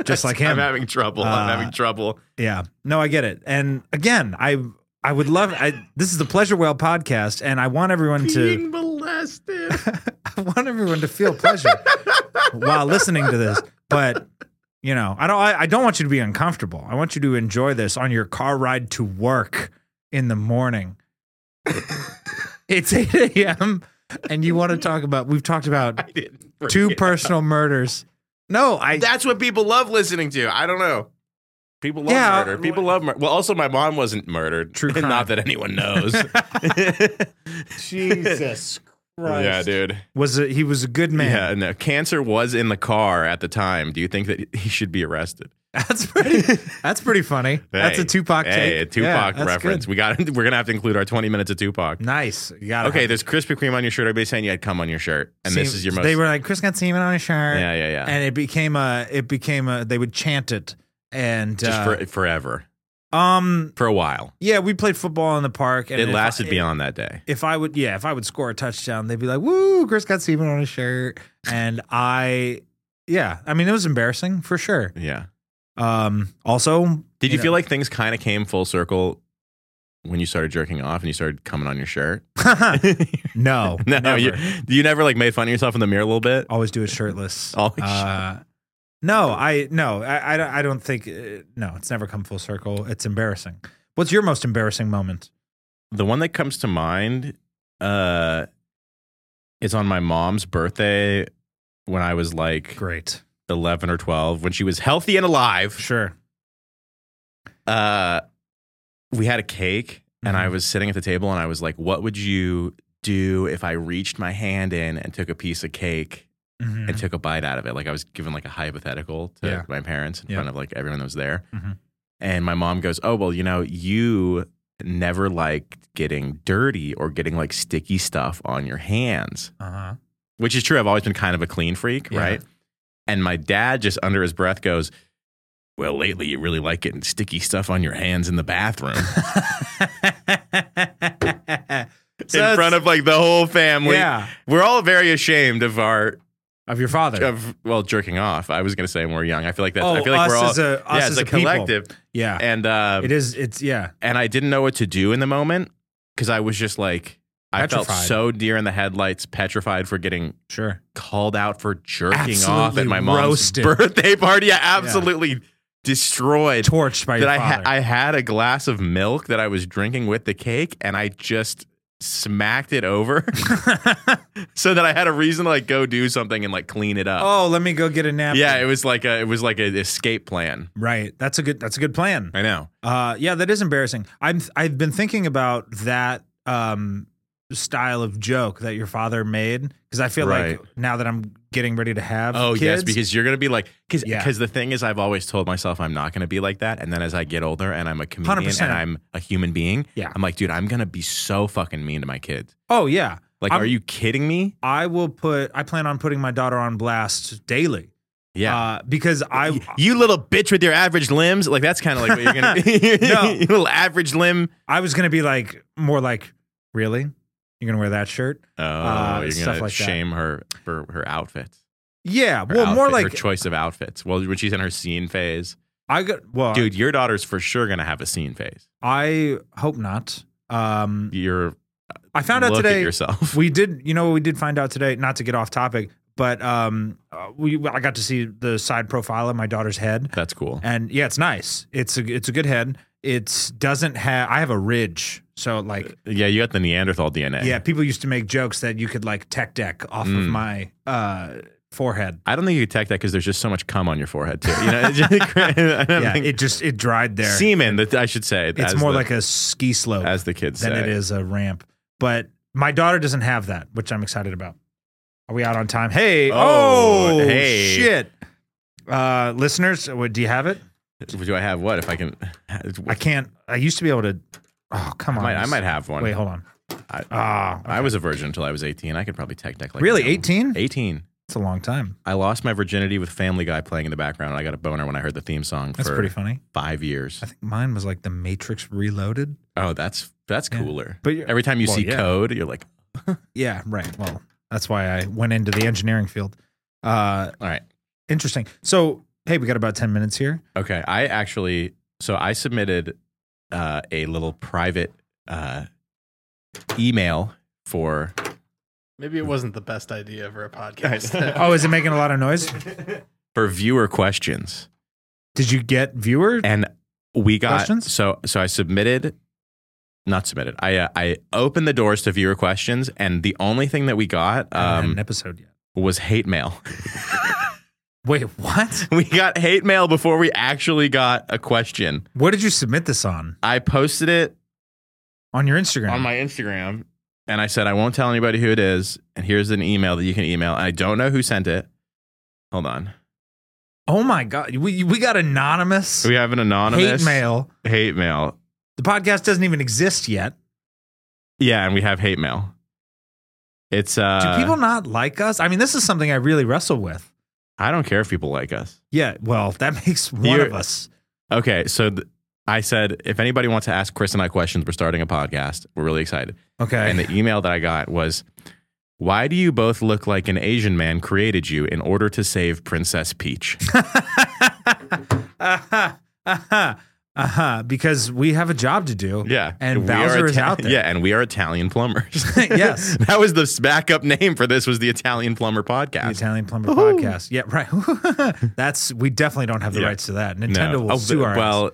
[SPEAKER 3] just like him.
[SPEAKER 2] I'm having trouble. I'm
[SPEAKER 3] Uh,
[SPEAKER 2] having trouble.
[SPEAKER 3] Yeah. No, I get it. And again, I I would love I this is the Pleasure Whale podcast and I want everyone to
[SPEAKER 2] molested.
[SPEAKER 3] I want everyone to feel pleasure while listening to this. But you know, I don't I, I don't want you to be uncomfortable. I want you to enjoy this on your car ride to work in the morning. it's 8 a.m. and you want to talk about we've talked about
[SPEAKER 2] I didn't. bring
[SPEAKER 3] two
[SPEAKER 2] it.
[SPEAKER 3] personal murders. No, I
[SPEAKER 2] That's what people love listening to. I don't know. People love
[SPEAKER 3] Yeah. uh,
[SPEAKER 2] murder. People love murder. Well, also, my mom wasn't murdered.
[SPEAKER 3] True crime.
[SPEAKER 2] Not that anyone knows.
[SPEAKER 3] Jesus Christ.
[SPEAKER 2] yeah, dude.
[SPEAKER 3] Was a, he was a good man.
[SPEAKER 2] Yeah, no. Cancer was in the car at the time. Do you think that he should be arrested?
[SPEAKER 3] That's pretty. That's pretty funny. that's
[SPEAKER 2] Hey,
[SPEAKER 3] a Tupac.
[SPEAKER 2] Hey,
[SPEAKER 3] take.
[SPEAKER 2] a Tupac
[SPEAKER 3] Yeah, that's
[SPEAKER 2] reference.
[SPEAKER 3] good.
[SPEAKER 2] We got. We're gonna have to include our 20 minutes of Tupac.
[SPEAKER 3] Nice. You got
[SPEAKER 2] Okay, there's Krispy Kreme on your shirt. Everybody's saying you had cum on your shirt, and this is your most.
[SPEAKER 3] They were like Chris got semen on his shirt.
[SPEAKER 2] yeah, yeah, yeah.
[SPEAKER 3] And it became a. It became a. They would chant it and
[SPEAKER 2] Just
[SPEAKER 3] uh,
[SPEAKER 2] for, forever,
[SPEAKER 3] um
[SPEAKER 2] for a while.
[SPEAKER 3] yeah we played football in the park and
[SPEAKER 2] It
[SPEAKER 3] if
[SPEAKER 2] lasted
[SPEAKER 3] I,
[SPEAKER 2] beyond that day.
[SPEAKER 3] If I would yeah if I would score a touchdown they'd be like woo Chris got semen on his shirt and I yeah I mean it was embarrassing for sure.
[SPEAKER 2] Yeah.
[SPEAKER 3] Um also
[SPEAKER 2] Did you,
[SPEAKER 3] know-
[SPEAKER 2] feel like things kind of came full circle when you started jerking off and you started coming on your shirt?
[SPEAKER 3] no
[SPEAKER 2] no,
[SPEAKER 3] never.
[SPEAKER 2] you you never like made fun of yourself in the mirror a little bit.
[SPEAKER 3] always do it shirtless.
[SPEAKER 2] Always
[SPEAKER 3] Uh, no, I no, I, I don't. I don't think. Uh, no, it's never come full circle. It's embarrassing. What's your most embarrassing moment?
[SPEAKER 2] The one that comes to mind uh It's on my mom's birthday when I was like
[SPEAKER 3] Great.
[SPEAKER 2] 11 or 12 when she was healthy and alive.
[SPEAKER 3] Sure.
[SPEAKER 2] Uh we had a cake and I
[SPEAKER 3] Mhm.
[SPEAKER 2] was sitting at the table and I was like what would you do if I reached my hand in and took a piece of cake
[SPEAKER 3] Mhm.
[SPEAKER 2] and took a bite out of it. Like I was given like a hypothetical to
[SPEAKER 3] Yeah.
[SPEAKER 2] my parents in
[SPEAKER 3] Yeah.
[SPEAKER 2] front of like everyone that was there.
[SPEAKER 3] Mhm.
[SPEAKER 2] And my mom goes, "Oh well, you know, you never liked getting dirty or getting like sticky stuff on your hands,"
[SPEAKER 3] uh-huh.
[SPEAKER 2] which is true. I've always been kind of a clean freak,
[SPEAKER 3] Yeah.
[SPEAKER 2] right? And my dad just under his breath goes, "Well, lately you really like getting sticky stuff on your hands in the bathroom." in
[SPEAKER 3] So
[SPEAKER 2] front of like the whole family.
[SPEAKER 3] yeah
[SPEAKER 2] We're all very ashamed of our
[SPEAKER 3] of your father.
[SPEAKER 2] of well jerking off. I was going to say when we we're young. I feel like that's
[SPEAKER 3] oh,
[SPEAKER 2] I feel like
[SPEAKER 3] us
[SPEAKER 2] we're all
[SPEAKER 3] as a us
[SPEAKER 2] yeah, it's
[SPEAKER 3] as a
[SPEAKER 2] a
[SPEAKER 3] people.
[SPEAKER 2] collective.
[SPEAKER 3] Yeah,
[SPEAKER 2] And uh,
[SPEAKER 3] it is. It's yeah.
[SPEAKER 2] and I didn't know what to do in the moment because I was just like I felt
[SPEAKER 3] Petrified.
[SPEAKER 2] so deer in the headlights, petrified for getting
[SPEAKER 3] Sure.
[SPEAKER 2] called out for jerking off
[SPEAKER 3] Absolutely
[SPEAKER 2] at my mom's
[SPEAKER 3] roasted.
[SPEAKER 2] birthday party. Yeah, absolutely destroyed.
[SPEAKER 3] Torched by
[SPEAKER 2] That
[SPEAKER 3] your
[SPEAKER 2] I ha-
[SPEAKER 3] father.
[SPEAKER 2] I had a glass of milk that I was drinking with the cake, and I just smacked it over, so that I had a reason to like go do something and like clean it up.
[SPEAKER 3] oh, let me go get a nap.
[SPEAKER 2] yeah, it was like a it was like an escape plan.
[SPEAKER 3] right. That's a good. That's a good plan.
[SPEAKER 2] I know.
[SPEAKER 3] Uh, yeah, that is embarrassing. I'm. I've been thinking about that um style of joke that your father made because I feel like now that I'm getting ready to have.
[SPEAKER 2] Oh yes,
[SPEAKER 3] kids-
[SPEAKER 2] because you're gonna be like because
[SPEAKER 3] Yeah.
[SPEAKER 2] the thing is, I've always told myself I'm not gonna be like that, and then as I get older and I'm a comedian
[SPEAKER 3] 100%.
[SPEAKER 2] and I'm a human being,
[SPEAKER 3] Yeah.
[SPEAKER 2] I'm like, dude, I'm gonna be so fucking mean to my kids.
[SPEAKER 3] oh yeah,
[SPEAKER 2] Like,
[SPEAKER 3] I'm-
[SPEAKER 2] are you kidding me?
[SPEAKER 3] I will put. I plan on putting my daughter on blast daily.
[SPEAKER 2] Yeah.
[SPEAKER 3] uh, because I.
[SPEAKER 2] Y- you little bitch with your average limbs. Like that's kind of like what you're gonna be.
[SPEAKER 3] No.
[SPEAKER 2] you little average limb.
[SPEAKER 3] I was gonna be like more like really. You're gonna wear that shirt?
[SPEAKER 2] Oh,
[SPEAKER 3] Uh,
[SPEAKER 2] you're
[SPEAKER 3] stuff
[SPEAKER 2] gonna
[SPEAKER 3] like that.
[SPEAKER 2] shame her for her outfit.
[SPEAKER 3] Yeah.
[SPEAKER 2] Her
[SPEAKER 3] Well, more
[SPEAKER 2] outfit- her
[SPEAKER 3] like
[SPEAKER 2] choice of outfits. Well, when she's in her scene phase,
[SPEAKER 3] I got. Well,
[SPEAKER 2] dude, your daughter's for sure gonna have a scene phase.
[SPEAKER 3] I hope not. Um,
[SPEAKER 2] You're
[SPEAKER 3] I found out
[SPEAKER 2] look at
[SPEAKER 3] today.
[SPEAKER 2] yourself.
[SPEAKER 3] We did. You know, what we did find out today. Not to get off topic, but um, uh, we I got to see the side profile of my daughter's head,
[SPEAKER 2] That's cool.
[SPEAKER 3] and yeah, it's nice. It's a it's a good head. It's doesn't have. I have a ridge, so like
[SPEAKER 2] Yeah, you got the Neanderthal DNA.
[SPEAKER 3] yeah, people used to make jokes that you could like tech deck off of
[SPEAKER 2] Mm.
[SPEAKER 3] my uh forehead.
[SPEAKER 2] I don't think you could tech that because there's just so much cum on your forehead too. You know, I don't
[SPEAKER 3] Yeah,
[SPEAKER 2] think-
[SPEAKER 3] it just it dried there.
[SPEAKER 2] semen. That I should say.
[SPEAKER 3] it's
[SPEAKER 2] as
[SPEAKER 3] more
[SPEAKER 2] the-
[SPEAKER 3] like a ski slope.
[SPEAKER 2] as the kids
[SPEAKER 3] than
[SPEAKER 2] say.
[SPEAKER 3] it is a ramp. But my daughter doesn't have that, which I'm excited about. Are we out on time? Hey, oh,
[SPEAKER 2] Oh, hey.
[SPEAKER 3] shit. Uh, listeners, what, do you have it?
[SPEAKER 2] Do I have what? If I can,
[SPEAKER 3] I
[SPEAKER 2] I,
[SPEAKER 3] can't. I used to be able to. Oh, come on.
[SPEAKER 2] might, I might have one.
[SPEAKER 3] Wait, hold on.
[SPEAKER 2] I-
[SPEAKER 3] Ah,
[SPEAKER 2] I was a virgin until I was 18. I could probably tech deck like
[SPEAKER 3] really
[SPEAKER 2] that.
[SPEAKER 3] 18?
[SPEAKER 2] 18.
[SPEAKER 3] It's a long time.
[SPEAKER 2] I lost my virginity with Family Guy playing in the background. and I got a boner when I heard the theme song
[SPEAKER 3] That's
[SPEAKER 2] for
[SPEAKER 3] pretty funny.
[SPEAKER 2] five years.
[SPEAKER 3] I think mine was like the Matrix Reloaded.
[SPEAKER 2] Oh, that's that's
[SPEAKER 3] Yeah.
[SPEAKER 2] cooler.
[SPEAKER 3] But you
[SPEAKER 2] Every time you
[SPEAKER 3] Well,
[SPEAKER 2] see
[SPEAKER 3] yeah.
[SPEAKER 2] code, you're like,
[SPEAKER 3] yeah, right. Well, that's why I went into the engineering field. Uh,
[SPEAKER 2] all right,
[SPEAKER 3] interesting. So, hey, we got about 10 minutes here.
[SPEAKER 2] Okay, I actually so I submitted uh, a little private uh, email for
[SPEAKER 4] Maybe it wasn't the best idea for a podcast.
[SPEAKER 3] Oh, is it making a lot of noise?
[SPEAKER 2] for viewer questions,
[SPEAKER 3] Did you get viewer?
[SPEAKER 2] and we got
[SPEAKER 3] Questions?
[SPEAKER 2] so so I submitted. Not submitted. I uh, I opened the doors to viewer questions, and the only thing that we got
[SPEAKER 3] I haven't had an
[SPEAKER 2] um,
[SPEAKER 3] episode yet.
[SPEAKER 2] was hate mail.
[SPEAKER 3] Wait, what?
[SPEAKER 2] we got hate mail before we actually got a question.
[SPEAKER 3] What did you submit this on?
[SPEAKER 2] I posted it
[SPEAKER 3] On your Instagram?
[SPEAKER 2] on my Instagram and I said, I won't tell anybody who it is. And here's an email that you can email. I don't know who sent it. Hold on.
[SPEAKER 3] oh my god, we we got anonymous,
[SPEAKER 2] We have an anonymous
[SPEAKER 3] hate mail.
[SPEAKER 2] Hate mail.
[SPEAKER 3] The podcast doesn't even exist yet.
[SPEAKER 2] Yeah, and we have hate mail. It's
[SPEAKER 3] Do
[SPEAKER 2] uh
[SPEAKER 3] people not like us? I mean, this is something I really wrestle with.
[SPEAKER 2] I don't care if people like us.
[SPEAKER 3] Yeah, well, that makes one
[SPEAKER 2] You're-
[SPEAKER 3] of us.
[SPEAKER 2] Okay, so th- I said if anybody wants to ask Chris and I questions, we're starting a podcast. We're really excited.
[SPEAKER 3] Okay.
[SPEAKER 2] And the email that I got was why do you both look like an Asian man created you in order to save Princess Peach?
[SPEAKER 3] uh-huh, uh-huh, uh-huh, because we have a job to do.
[SPEAKER 2] Yeah.
[SPEAKER 3] And
[SPEAKER 2] we
[SPEAKER 3] Bowser
[SPEAKER 2] are
[SPEAKER 3] is
[SPEAKER 2] Ita-
[SPEAKER 3] out there.
[SPEAKER 2] Yeah, and we are Italian plumbers.
[SPEAKER 3] Yes.
[SPEAKER 2] that was the backup name for this was the Italian Plumber
[SPEAKER 3] The
[SPEAKER 2] Podcast.
[SPEAKER 3] Italian Plumber
[SPEAKER 2] Woohoo.
[SPEAKER 3] Podcast. Yeah, right. That's we definitely don't have the
[SPEAKER 2] Yeah.
[SPEAKER 3] rights to that.
[SPEAKER 2] No.
[SPEAKER 3] Nintendo will
[SPEAKER 2] Oh,
[SPEAKER 3] sue
[SPEAKER 2] but-
[SPEAKER 3] our.
[SPEAKER 2] Well,
[SPEAKER 3] ass.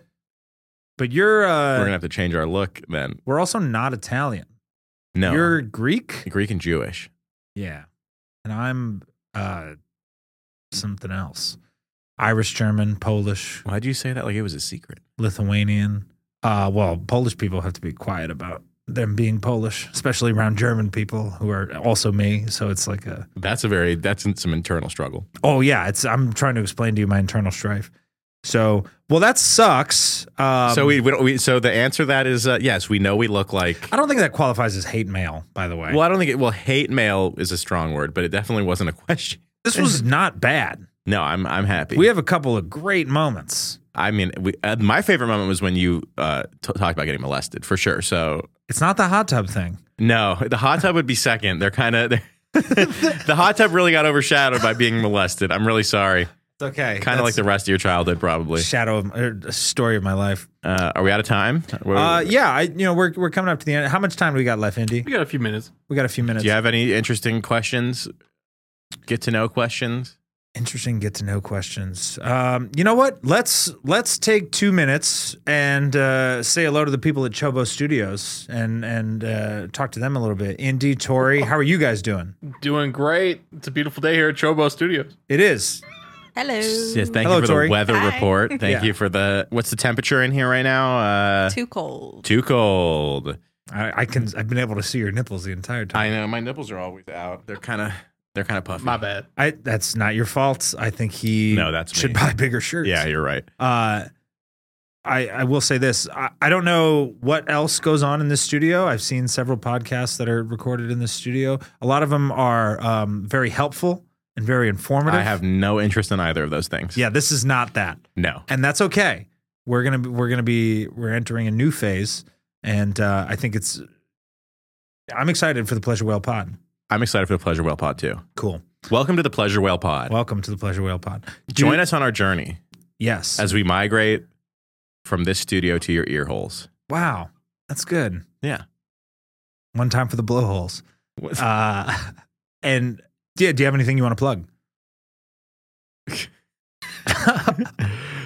[SPEAKER 3] but you're uh,
[SPEAKER 2] we're
[SPEAKER 3] we're,
[SPEAKER 2] gonna have to change our look then.
[SPEAKER 3] also not Italian.
[SPEAKER 2] No.
[SPEAKER 3] You're Greek.
[SPEAKER 2] Greek and Jewish.
[SPEAKER 3] Yeah. And I'm uh something else. Irish, German, Polish,
[SPEAKER 2] Why'd you say that? Like it was a secret.
[SPEAKER 3] Lithuanian. Uh well, Polish people have to be quiet about them being Polish, especially around German people who are also me, so it's like a
[SPEAKER 2] That's a very that's some internal struggle.
[SPEAKER 3] Oh yeah, it's I'm trying to explain to you my internal strife. So, well that sucks. Um,
[SPEAKER 2] so we, we, don't, we so the answer to that is uh, yes. We know we look like.
[SPEAKER 3] I don't think that qualifies as hate mail, by the way.
[SPEAKER 2] Well, I don't think it. Well, hate mail is a strong word, but it definitely wasn't a question.
[SPEAKER 3] This was not bad.
[SPEAKER 2] No, I'm I'm happy.
[SPEAKER 3] We have a couple of great moments.
[SPEAKER 2] I mean, we, uh, my favorite moment was when you uh, t- talked about getting molested for sure. So
[SPEAKER 3] It's not the hot tub thing.
[SPEAKER 2] no, the hot tub would be second. They're kind of the hot tub really got overshadowed by being molested. I'm really sorry.
[SPEAKER 3] It's okay.
[SPEAKER 2] Kind of like the rest of your childhood, probably.
[SPEAKER 3] shadow of or the story of my life.
[SPEAKER 2] Uh, are we out of time?
[SPEAKER 3] Uh, yeah, I you know we're we're coming up to the end. How much time do we got left, Indy?
[SPEAKER 4] We got a few minutes.
[SPEAKER 3] We got a few minutes.
[SPEAKER 2] Do you have any interesting questions? Get to know questions.
[SPEAKER 3] Interesting get to know questions. Um, you know what? Let's let's take two minutes and uh, say hello to the people at Chobo Studios and and uh, talk to them a little bit. Indy, Tori, how are you guys doing?
[SPEAKER 4] Doing great. It's a beautiful day here at Chobo Studios.
[SPEAKER 3] It is
[SPEAKER 5] Hello.
[SPEAKER 2] Yes, thank
[SPEAKER 3] Hello,
[SPEAKER 2] you for
[SPEAKER 3] Tori.
[SPEAKER 2] the weather
[SPEAKER 5] Hi.
[SPEAKER 2] report. Thank
[SPEAKER 3] Yeah.
[SPEAKER 2] you for the. What's the temperature in here right now? Uh,
[SPEAKER 5] Too cold.
[SPEAKER 2] too cold.
[SPEAKER 3] I, I can I've been able to see your nipples the entire time.
[SPEAKER 2] I know my nipples are always out. They're kind of they're kind of puffy.
[SPEAKER 4] My bad.
[SPEAKER 3] I that's not your fault. I think he
[SPEAKER 2] No, that's
[SPEAKER 3] should
[SPEAKER 2] me.
[SPEAKER 3] buy bigger shirts.
[SPEAKER 2] Yeah, you're right.
[SPEAKER 3] Uh, I, I will say this. I, I don't know what else goes on in this studio. I've seen several podcasts that are recorded in this studio. A lot of them are um, very helpful and very informative.
[SPEAKER 2] I have no interest in either of those things.
[SPEAKER 3] Yeah, this is not that,
[SPEAKER 2] No.
[SPEAKER 3] and that's okay. We're gonna be, we're gonna be we're entering a new phase, and uh, I think it's. I'm excited for the Pleasure Whale Pod.
[SPEAKER 2] I'm excited for the Pleasure Whale Pod too.
[SPEAKER 3] Cool.
[SPEAKER 2] Welcome to the Pleasure Whale Pod.
[SPEAKER 3] Welcome to the Pleasure Whale Pod.
[SPEAKER 2] Join
[SPEAKER 3] Dude-
[SPEAKER 2] us on our journey
[SPEAKER 3] Yes.
[SPEAKER 2] as we migrate from this studio to your ear holes.
[SPEAKER 3] wow, that's good.
[SPEAKER 2] Yeah.
[SPEAKER 3] One time for the blowholes.
[SPEAKER 2] What-
[SPEAKER 3] Uh, and yeah, do you have anything you want to plug?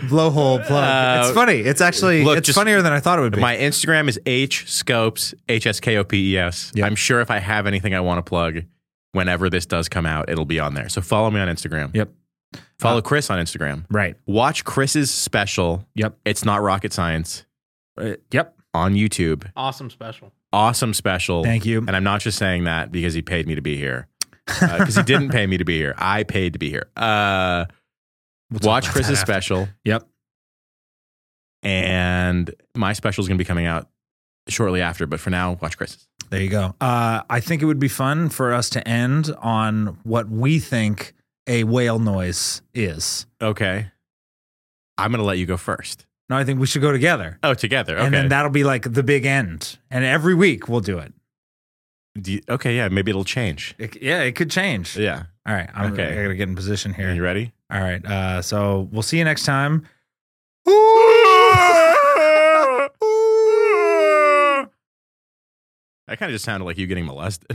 [SPEAKER 3] Blowhole plug.
[SPEAKER 2] Uh,
[SPEAKER 3] it's funny. It's actually
[SPEAKER 2] look,
[SPEAKER 3] it's
[SPEAKER 2] just-
[SPEAKER 3] funnier than I thought it would be.
[SPEAKER 2] My Instagram is H Scopes, H S K O P E S.
[SPEAKER 3] Yeah.
[SPEAKER 2] I'm sure if I have anything I want to plug, whenever this does come out, it'll be on there. So follow me on Instagram.
[SPEAKER 3] Yep. Uh,
[SPEAKER 2] Follow Chris on Instagram.
[SPEAKER 3] right.
[SPEAKER 2] Watch Chris's special.
[SPEAKER 3] Yep.
[SPEAKER 2] It's not rocket science
[SPEAKER 3] Uh, yep.
[SPEAKER 2] on YouTube.
[SPEAKER 4] Awesome special.
[SPEAKER 2] Awesome special.
[SPEAKER 3] Thank you.
[SPEAKER 2] And I'm not just saying that because he paid me to be here. Because he didn't pay me to be here. I paid to be here. Uh,
[SPEAKER 3] We'll talk
[SPEAKER 2] watch
[SPEAKER 3] about
[SPEAKER 2] Chris's
[SPEAKER 3] that after.
[SPEAKER 2] special.
[SPEAKER 3] Yep.
[SPEAKER 2] And my special is going to be coming out shortly after. But for now, watch Chris's.
[SPEAKER 3] There you go. Uh, I think it would be fun for us to end on what we think a whale noise is.
[SPEAKER 2] Okay. I'm going to let you go first.
[SPEAKER 3] No, I think we should go together.
[SPEAKER 2] Oh, together. Okay.
[SPEAKER 3] And then that'll be like the big end. And every week we'll do it.
[SPEAKER 2] Do you- okay. Yeah. Maybe it'll change.
[SPEAKER 3] It- yeah, it could change.
[SPEAKER 2] Yeah.
[SPEAKER 3] All right. I'm,
[SPEAKER 2] Okay.
[SPEAKER 3] I got to get in position here.
[SPEAKER 2] You ready?
[SPEAKER 3] All right. Uh, so we'll see you next time.
[SPEAKER 2] that kind of just sounded like you getting molested.